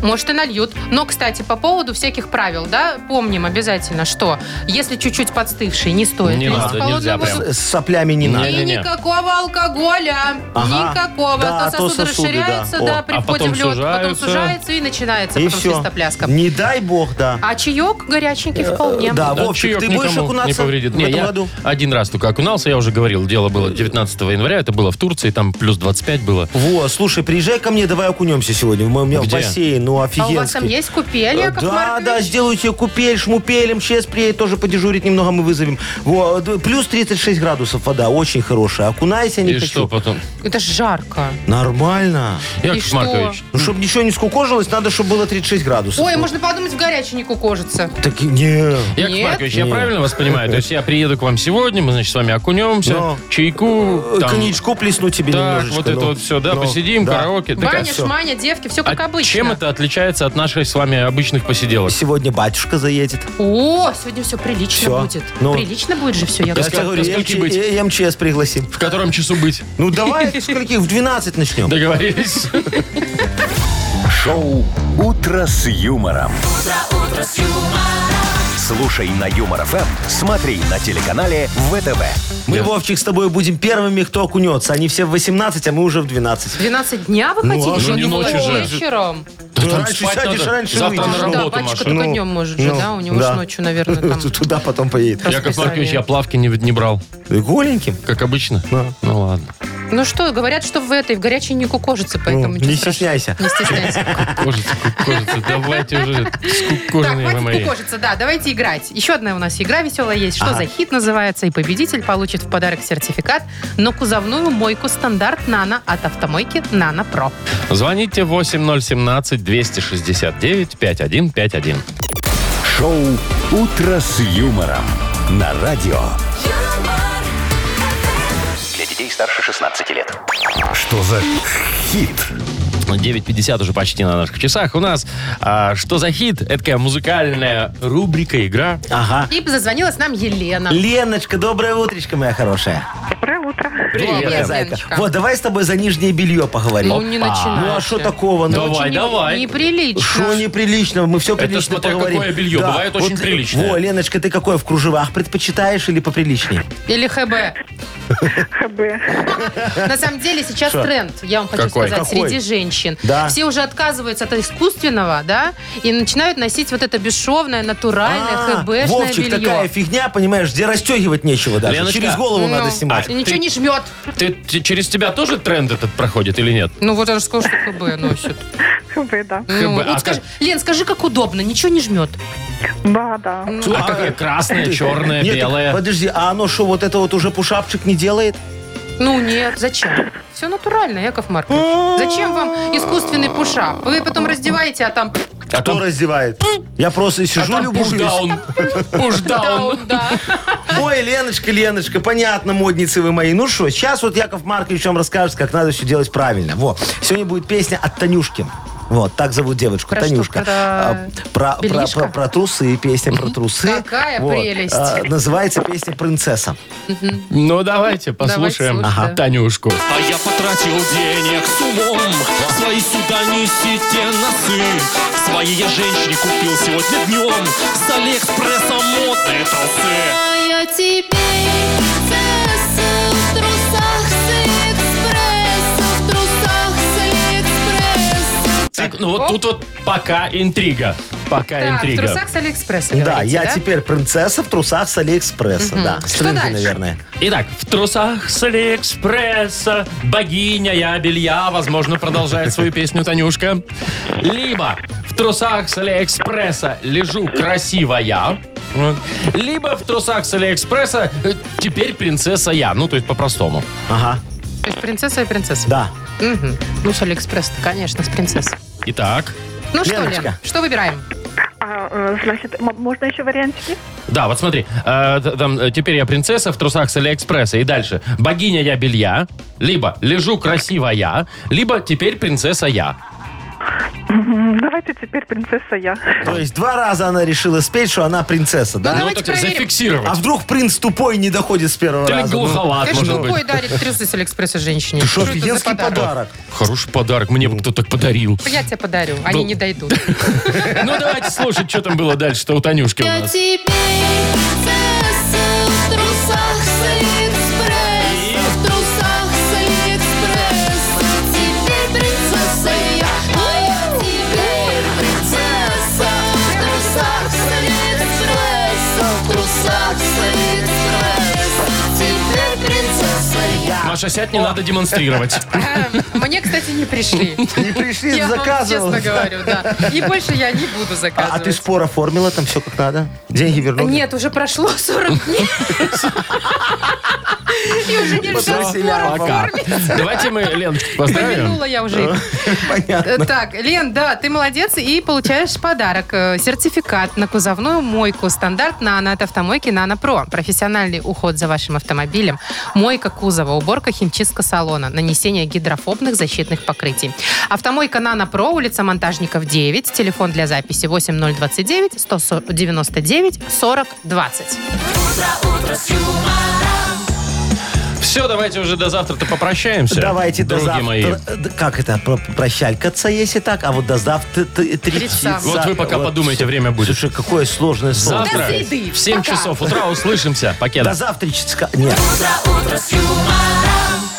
[SPEAKER 3] Может, и нальют. Но, кстати, по поводу всяких правил, да, помним обязательно, что если чуть-чуть подстывший, не стоит
[SPEAKER 2] Не
[SPEAKER 3] лезть
[SPEAKER 2] надо,
[SPEAKER 3] в холодную
[SPEAKER 2] нельзя
[SPEAKER 3] воду.
[SPEAKER 2] прям.
[SPEAKER 4] С, с соплями
[SPEAKER 2] Не,
[SPEAKER 4] не надо.
[SPEAKER 2] не,
[SPEAKER 3] И
[SPEAKER 2] Не-не-не.
[SPEAKER 3] никакого алкоголя.
[SPEAKER 4] Ага.
[SPEAKER 3] Никакого. А
[SPEAKER 4] Да,
[SPEAKER 3] то
[SPEAKER 4] а
[SPEAKER 3] сосуды
[SPEAKER 4] то сосуды,
[SPEAKER 3] расширяются,
[SPEAKER 4] да.
[SPEAKER 3] да,
[SPEAKER 4] О.
[SPEAKER 3] при
[SPEAKER 2] А
[SPEAKER 3] входе
[SPEAKER 2] потом
[SPEAKER 3] в лед. Потом
[SPEAKER 2] сужаются.
[SPEAKER 3] сужается и начинается
[SPEAKER 4] И
[SPEAKER 3] потом
[SPEAKER 4] все.
[SPEAKER 3] свистопляска.
[SPEAKER 4] Не дай бог, да.
[SPEAKER 3] А чаек горяченький вполне.
[SPEAKER 4] Э, да,
[SPEAKER 2] Да,
[SPEAKER 4] А, Вовчик,
[SPEAKER 2] чаек
[SPEAKER 4] ты будешь
[SPEAKER 2] никому
[SPEAKER 4] окунаться
[SPEAKER 2] не повредит.
[SPEAKER 4] в
[SPEAKER 2] Не,
[SPEAKER 4] этом
[SPEAKER 2] я
[SPEAKER 4] году?
[SPEAKER 2] один раз только окунался, я уже говорил, дело было 19 января, это было в Турции, там плюс 25 было.
[SPEAKER 4] Во, слушай, приезжай ко мне, давай окунемся сегодня. Мы- У меня в
[SPEAKER 2] Где?
[SPEAKER 4] бассейн, ну
[SPEAKER 3] А
[SPEAKER 4] офигенский.
[SPEAKER 3] у вас там есть купель, Яков
[SPEAKER 4] да,
[SPEAKER 3] Маркович?
[SPEAKER 4] да, сделаю тебе купель, шмупелем, сейчас приедет, тоже подежурить немного мы вызовем. Во, д- плюс 36 градусов вода, очень хорошая. Окунайся не
[SPEAKER 2] И
[SPEAKER 4] хочу.
[SPEAKER 2] что потом?
[SPEAKER 3] Это ж жарко.
[SPEAKER 4] Нормально.
[SPEAKER 2] Яков
[SPEAKER 3] что?
[SPEAKER 2] Маркович,
[SPEAKER 4] Ну, чтобы ничего не скукожилось, надо, чтобы было 36 градусов.
[SPEAKER 3] Ой, можно подумать, в горячий не кукожится.
[SPEAKER 4] Так, и- не.
[SPEAKER 2] Яков
[SPEAKER 3] Нет?
[SPEAKER 2] Маркович, я
[SPEAKER 4] Нет.
[SPEAKER 2] правильно вас понимаю? То есть я приеду к вам сегодня, мы, значит, с вами окунемся,
[SPEAKER 4] Но.
[SPEAKER 2] чайку,
[SPEAKER 4] Э,
[SPEAKER 2] там,
[SPEAKER 4] Коньячку плесну тебе
[SPEAKER 2] так,
[SPEAKER 4] немножечко.
[SPEAKER 2] вот это
[SPEAKER 4] ну.
[SPEAKER 2] вот все, да,
[SPEAKER 4] Ну,
[SPEAKER 2] посидим,
[SPEAKER 4] да.
[SPEAKER 2] караоке. так, а
[SPEAKER 3] Баня,
[SPEAKER 2] всё.
[SPEAKER 3] шманя, девки, все
[SPEAKER 2] А
[SPEAKER 3] как обычно.
[SPEAKER 2] чем это отличается от наших с вами обычных посиделок?
[SPEAKER 4] Сегодня батюшка заедет.
[SPEAKER 3] О, сегодня все прилично
[SPEAKER 4] Всё.
[SPEAKER 3] будет.
[SPEAKER 4] Ну.
[SPEAKER 3] Прилично будет же все, Яков
[SPEAKER 2] Да,
[SPEAKER 4] Я тебе
[SPEAKER 2] сколько-
[SPEAKER 4] говорю,
[SPEAKER 2] до скольки
[SPEAKER 4] МЧ-
[SPEAKER 2] быть?
[SPEAKER 4] э, МЧС пригласим.
[SPEAKER 2] В котором часу быть?
[SPEAKER 4] Ну давай, скольких? В 12 начнем.
[SPEAKER 2] Договорились?
[SPEAKER 1] Шоу «Утро с юмором». Слушай на Юмор ФМ, смотри на телеканале ВТВ.
[SPEAKER 4] Мы,
[SPEAKER 2] Я-
[SPEAKER 4] Вовчик, с тобой будем первыми, кто окунется. Они все в 18, а мы уже в 12.
[SPEAKER 3] 12 дня вы хотите?
[SPEAKER 4] а
[SPEAKER 2] что, Ну, не ночью же? Ну,
[SPEAKER 3] Вечером.
[SPEAKER 2] Да
[SPEAKER 4] Ну,
[SPEAKER 2] там
[SPEAKER 4] раньше
[SPEAKER 2] спать
[SPEAKER 4] сядешь,
[SPEAKER 2] надо.
[SPEAKER 4] раньше
[SPEAKER 2] Завтра на
[SPEAKER 4] выйдешь.
[SPEAKER 3] Да,
[SPEAKER 2] работу,
[SPEAKER 3] батюшка
[SPEAKER 2] Маша.
[SPEAKER 3] только
[SPEAKER 4] Ну,
[SPEAKER 3] днем может же,
[SPEAKER 4] ну,
[SPEAKER 3] да? У него
[SPEAKER 4] да.
[SPEAKER 3] же ночью, наверное, там...
[SPEAKER 4] Туда потом поедет.
[SPEAKER 2] Яков
[SPEAKER 3] расписание.
[SPEAKER 2] Маркович, я плавки не, не брал,
[SPEAKER 4] Голеньким?
[SPEAKER 2] как обычно.
[SPEAKER 4] Да.
[SPEAKER 2] Ну ладно.
[SPEAKER 3] Ну что, говорят, что в этой, в горячей не кукожится,
[SPEAKER 4] Ну,
[SPEAKER 3] поэтому...
[SPEAKER 4] не
[SPEAKER 3] ничего страшного.
[SPEAKER 4] стесняйся.
[SPEAKER 3] Не стесняйся.
[SPEAKER 2] Кожица, кожица, давайте уже,
[SPEAKER 3] Так,
[SPEAKER 2] скукоженные вы
[SPEAKER 3] хватит
[SPEAKER 2] мои.
[SPEAKER 3] кукожиться, да, давайте играть. Еще одна у нас игра веселая есть. Что за хит называется? И победитель получит в подарок сертификат на кузовную мойку стандарт «Нано» от автомойки «Нано Про».
[SPEAKER 2] Звоните 8017-269-5151.
[SPEAKER 1] Шоу «Утро с юмором» на радио.
[SPEAKER 8] юмор,
[SPEAKER 5] Для детей старше 16 лет.
[SPEAKER 1] Что за хит?
[SPEAKER 2] 9.50 Ну, уже почти на наших часах. У нас а, «Что за хит?» Это такая музыкальная рубрика, игра.
[SPEAKER 4] Ага.
[SPEAKER 3] И зазвонилась нам Елена.
[SPEAKER 4] Леночка, доброе утречко, моя хорошая.
[SPEAKER 3] Привет,
[SPEAKER 4] Зайка.
[SPEAKER 3] Леночка.
[SPEAKER 4] Вот, давай с тобой за нижнее белье поговорим.
[SPEAKER 3] Ну, не
[SPEAKER 4] Опа.
[SPEAKER 3] начинай
[SPEAKER 4] Ну, а что
[SPEAKER 3] ты.
[SPEAKER 4] такова? Ну,
[SPEAKER 2] Давай,
[SPEAKER 3] Не-
[SPEAKER 2] давай.
[SPEAKER 3] Неприлично.
[SPEAKER 4] Что неприлично? Мы все прилично
[SPEAKER 2] смотря
[SPEAKER 4] поговорим.
[SPEAKER 2] какое белье. Бывает очень приличное.
[SPEAKER 4] Во, Леночка, ты какое в кружевах предпочитаешь или поприличнее?
[SPEAKER 3] Или ХБ. На самом деле сейчас тренд, я вам хочу
[SPEAKER 2] Какой?
[SPEAKER 3] сказать,
[SPEAKER 4] Какой?
[SPEAKER 3] среди женщин.
[SPEAKER 4] Да.
[SPEAKER 3] Все уже отказываются от искусственного, да, и начинают носить вот это бесшовное, натуральное,
[SPEAKER 4] А,
[SPEAKER 3] ХБшное
[SPEAKER 4] Вовчик,
[SPEAKER 3] белье.
[SPEAKER 4] такая фигня, понимаешь, где расстегивать нечего даже.
[SPEAKER 2] Леночка.
[SPEAKER 4] Через голову
[SPEAKER 3] Ну,
[SPEAKER 4] надо снимать.
[SPEAKER 3] и ничего
[SPEAKER 2] ты-
[SPEAKER 3] не жмет.
[SPEAKER 2] Ты, ты- через тебя тоже тренд этот проходит или нет?
[SPEAKER 3] Ну вот она же сказала, что ХБ носит.
[SPEAKER 7] ХБ, да.
[SPEAKER 3] Ну,
[SPEAKER 2] ХБ,
[SPEAKER 3] вот
[SPEAKER 2] а
[SPEAKER 3] скажи-
[SPEAKER 2] как-
[SPEAKER 3] Лен, скажи, как удобно, ничего не жмет.
[SPEAKER 7] Да, да.
[SPEAKER 3] ну,
[SPEAKER 2] А какая красная, черная,
[SPEAKER 4] Нет,
[SPEAKER 2] белая?
[SPEAKER 4] Подожди, а оно что, вот это вот уже пушапчик не делает?
[SPEAKER 3] Ну нет, зачем? Все натурально, Яков Маркович. Зачем вам искусственный пушап? Вы потом раздеваете, а там...
[SPEAKER 2] А
[SPEAKER 4] Кто
[SPEAKER 2] там-
[SPEAKER 4] раздевает? Я просто
[SPEAKER 2] а
[SPEAKER 4] сижу,
[SPEAKER 2] там
[SPEAKER 4] любуюсь.
[SPEAKER 2] пушдаун. Пушдаун.
[SPEAKER 3] Даун, да.
[SPEAKER 4] Ой, Леночка, Леночка, понятно, модницы вы мои. Ну что, сейчас вот Яков Маркович вам расскажет, как надо все делать правильно. Вот. Сегодня будет песня от Танюшки. Вот, так зовут девочку,
[SPEAKER 3] Про что,
[SPEAKER 4] Танюшка.
[SPEAKER 3] про
[SPEAKER 4] А, Про, про-
[SPEAKER 3] бельишко?
[SPEAKER 4] про- про трусы, песня про трусы.
[SPEAKER 3] Какая прелесть.
[SPEAKER 4] А, называется песня «Принцесса».
[SPEAKER 2] Ну, давайте послушаем
[SPEAKER 3] слушаем.
[SPEAKER 2] Ага. Танюшку.
[SPEAKER 9] А я потратил денег с умом Свои сюда несите носы Свои я женщине купил сегодня днем С Алиэкспресса модные трусы
[SPEAKER 8] а я тебе принцесса в трусах с Алиэкспресса, в трусах с Алиэкспресса.
[SPEAKER 2] Так, ну вот тут вот пока интрига. Пока
[SPEAKER 3] Так, в
[SPEAKER 2] интрига.
[SPEAKER 3] трусах с Алиэкспресса,
[SPEAKER 4] да,
[SPEAKER 3] говорите,
[SPEAKER 4] я теперь принцесса в трусах с Алиэкспресса. Да, стринги,
[SPEAKER 3] дальше?
[SPEAKER 4] наверное.
[SPEAKER 2] Итак, в трусах с Алиэкспресса богиня я белья, возможно, продолжает свою песню Танюшка. Либо в трусах с Алиэкспресса лежу красивая. Вот. Либо в трусах с Алиэкспресса э, теперь принцесса я. Ну, то есть по-простому.
[SPEAKER 4] Ага.
[SPEAKER 3] То есть принцесса и принцесса.
[SPEAKER 4] Да.
[SPEAKER 3] Мгм. Ну, с Алиэкспресс, конечно, с принцессой.
[SPEAKER 2] Итак,
[SPEAKER 3] Ну что,
[SPEAKER 4] Леночка.
[SPEAKER 3] Лен, что выбираем?
[SPEAKER 7] А, э, значит, м- можно еще вариантики?
[SPEAKER 2] да, вот смотри, э, т- там, э, теперь я принцесса в трусах с Алиэкспресса, и дальше богиня я белья, либо лежу красивая, либо теперь принцесса я.
[SPEAKER 7] М, Давайте теперь принцесса я.
[SPEAKER 4] То есть два раза она решила спеть, что она принцесса, да?
[SPEAKER 2] Ну,
[SPEAKER 3] А Давайте
[SPEAKER 2] так
[SPEAKER 3] проверим. А,
[SPEAKER 2] зафиксировать.
[SPEAKER 4] А вдруг принц тупой не доходит с первого
[SPEAKER 2] Ты
[SPEAKER 4] раза? Ну,
[SPEAKER 2] глуховат,
[SPEAKER 3] Конечно,
[SPEAKER 2] может быть.
[SPEAKER 3] тупой дарит трусы с Алиэкспресса женщине.
[SPEAKER 4] ты что,
[SPEAKER 3] это за
[SPEAKER 4] офигенский подарок?
[SPEAKER 2] Хороший подарок, мне бы кто-то подарил.
[SPEAKER 3] Я тебе подарю, они
[SPEAKER 2] Ну.
[SPEAKER 3] не дойдут.
[SPEAKER 2] Ну, давайте слушать, что там было дальше-то у Танюшки у
[SPEAKER 8] Я
[SPEAKER 2] нас.
[SPEAKER 8] тебе принцесса в трусах с Алиэкспресса, в трусах с Алиэкспресса. Теперь принцесса я, а я теперь принцесса в трусах с Алиэкспресса, в трусах с Алиэкспресса. Теперь принцесса я.
[SPEAKER 2] Маша, сядь, не надо демонстрировать.
[SPEAKER 3] Эм, Мне, кстати, не пришли.
[SPEAKER 4] Не пришли,
[SPEAKER 3] Я вам
[SPEAKER 4] заказывал.
[SPEAKER 3] честно говорю, да. И больше я не буду
[SPEAKER 4] А, а ты
[SPEAKER 3] заказывать.
[SPEAKER 4] спор оформила, там все как надо? Деньги вернули?
[SPEAKER 3] Нет, уже прошло 40 дней. И уже нельзя
[SPEAKER 4] Потрясили,
[SPEAKER 3] спором
[SPEAKER 2] Пока.
[SPEAKER 3] оформить.
[SPEAKER 2] Давайте мы Леночку поздравим.
[SPEAKER 3] Помянула я уже их.
[SPEAKER 4] Понятно.
[SPEAKER 3] Э, Так, Лен, да, ты молодец и получаешь подарок. Э, Сертификат на кузовную мойку. Стандарт «Нано» от автомойки «Нано Про». Профессиональный уход за вашим автомобилем. Мойка кузова, уборка, химчистка салона, нанесение гидрофобных защитных покрытий. Автомойка «Нано Про», улица Монтажников, 9. Телефон для записи 8029 199 40 20.
[SPEAKER 2] Все, давайте уже до завтра-то попрощаемся.
[SPEAKER 4] Давайте до
[SPEAKER 2] други
[SPEAKER 4] завтра.
[SPEAKER 2] мои.
[SPEAKER 4] Д- Как это? про- Прощалькаться, если так? А вот до завтра т- тридцать.
[SPEAKER 2] Вот вы пока подумайте, время будет.
[SPEAKER 4] Слушай, какое сложное слово.
[SPEAKER 2] Завтра
[SPEAKER 3] До среды.
[SPEAKER 2] в 7
[SPEAKER 3] Пока.
[SPEAKER 2] часов утра услышимся. Покеда.
[SPEAKER 4] До завтра. Нет.
[SPEAKER 8] Утро, утро с юмором.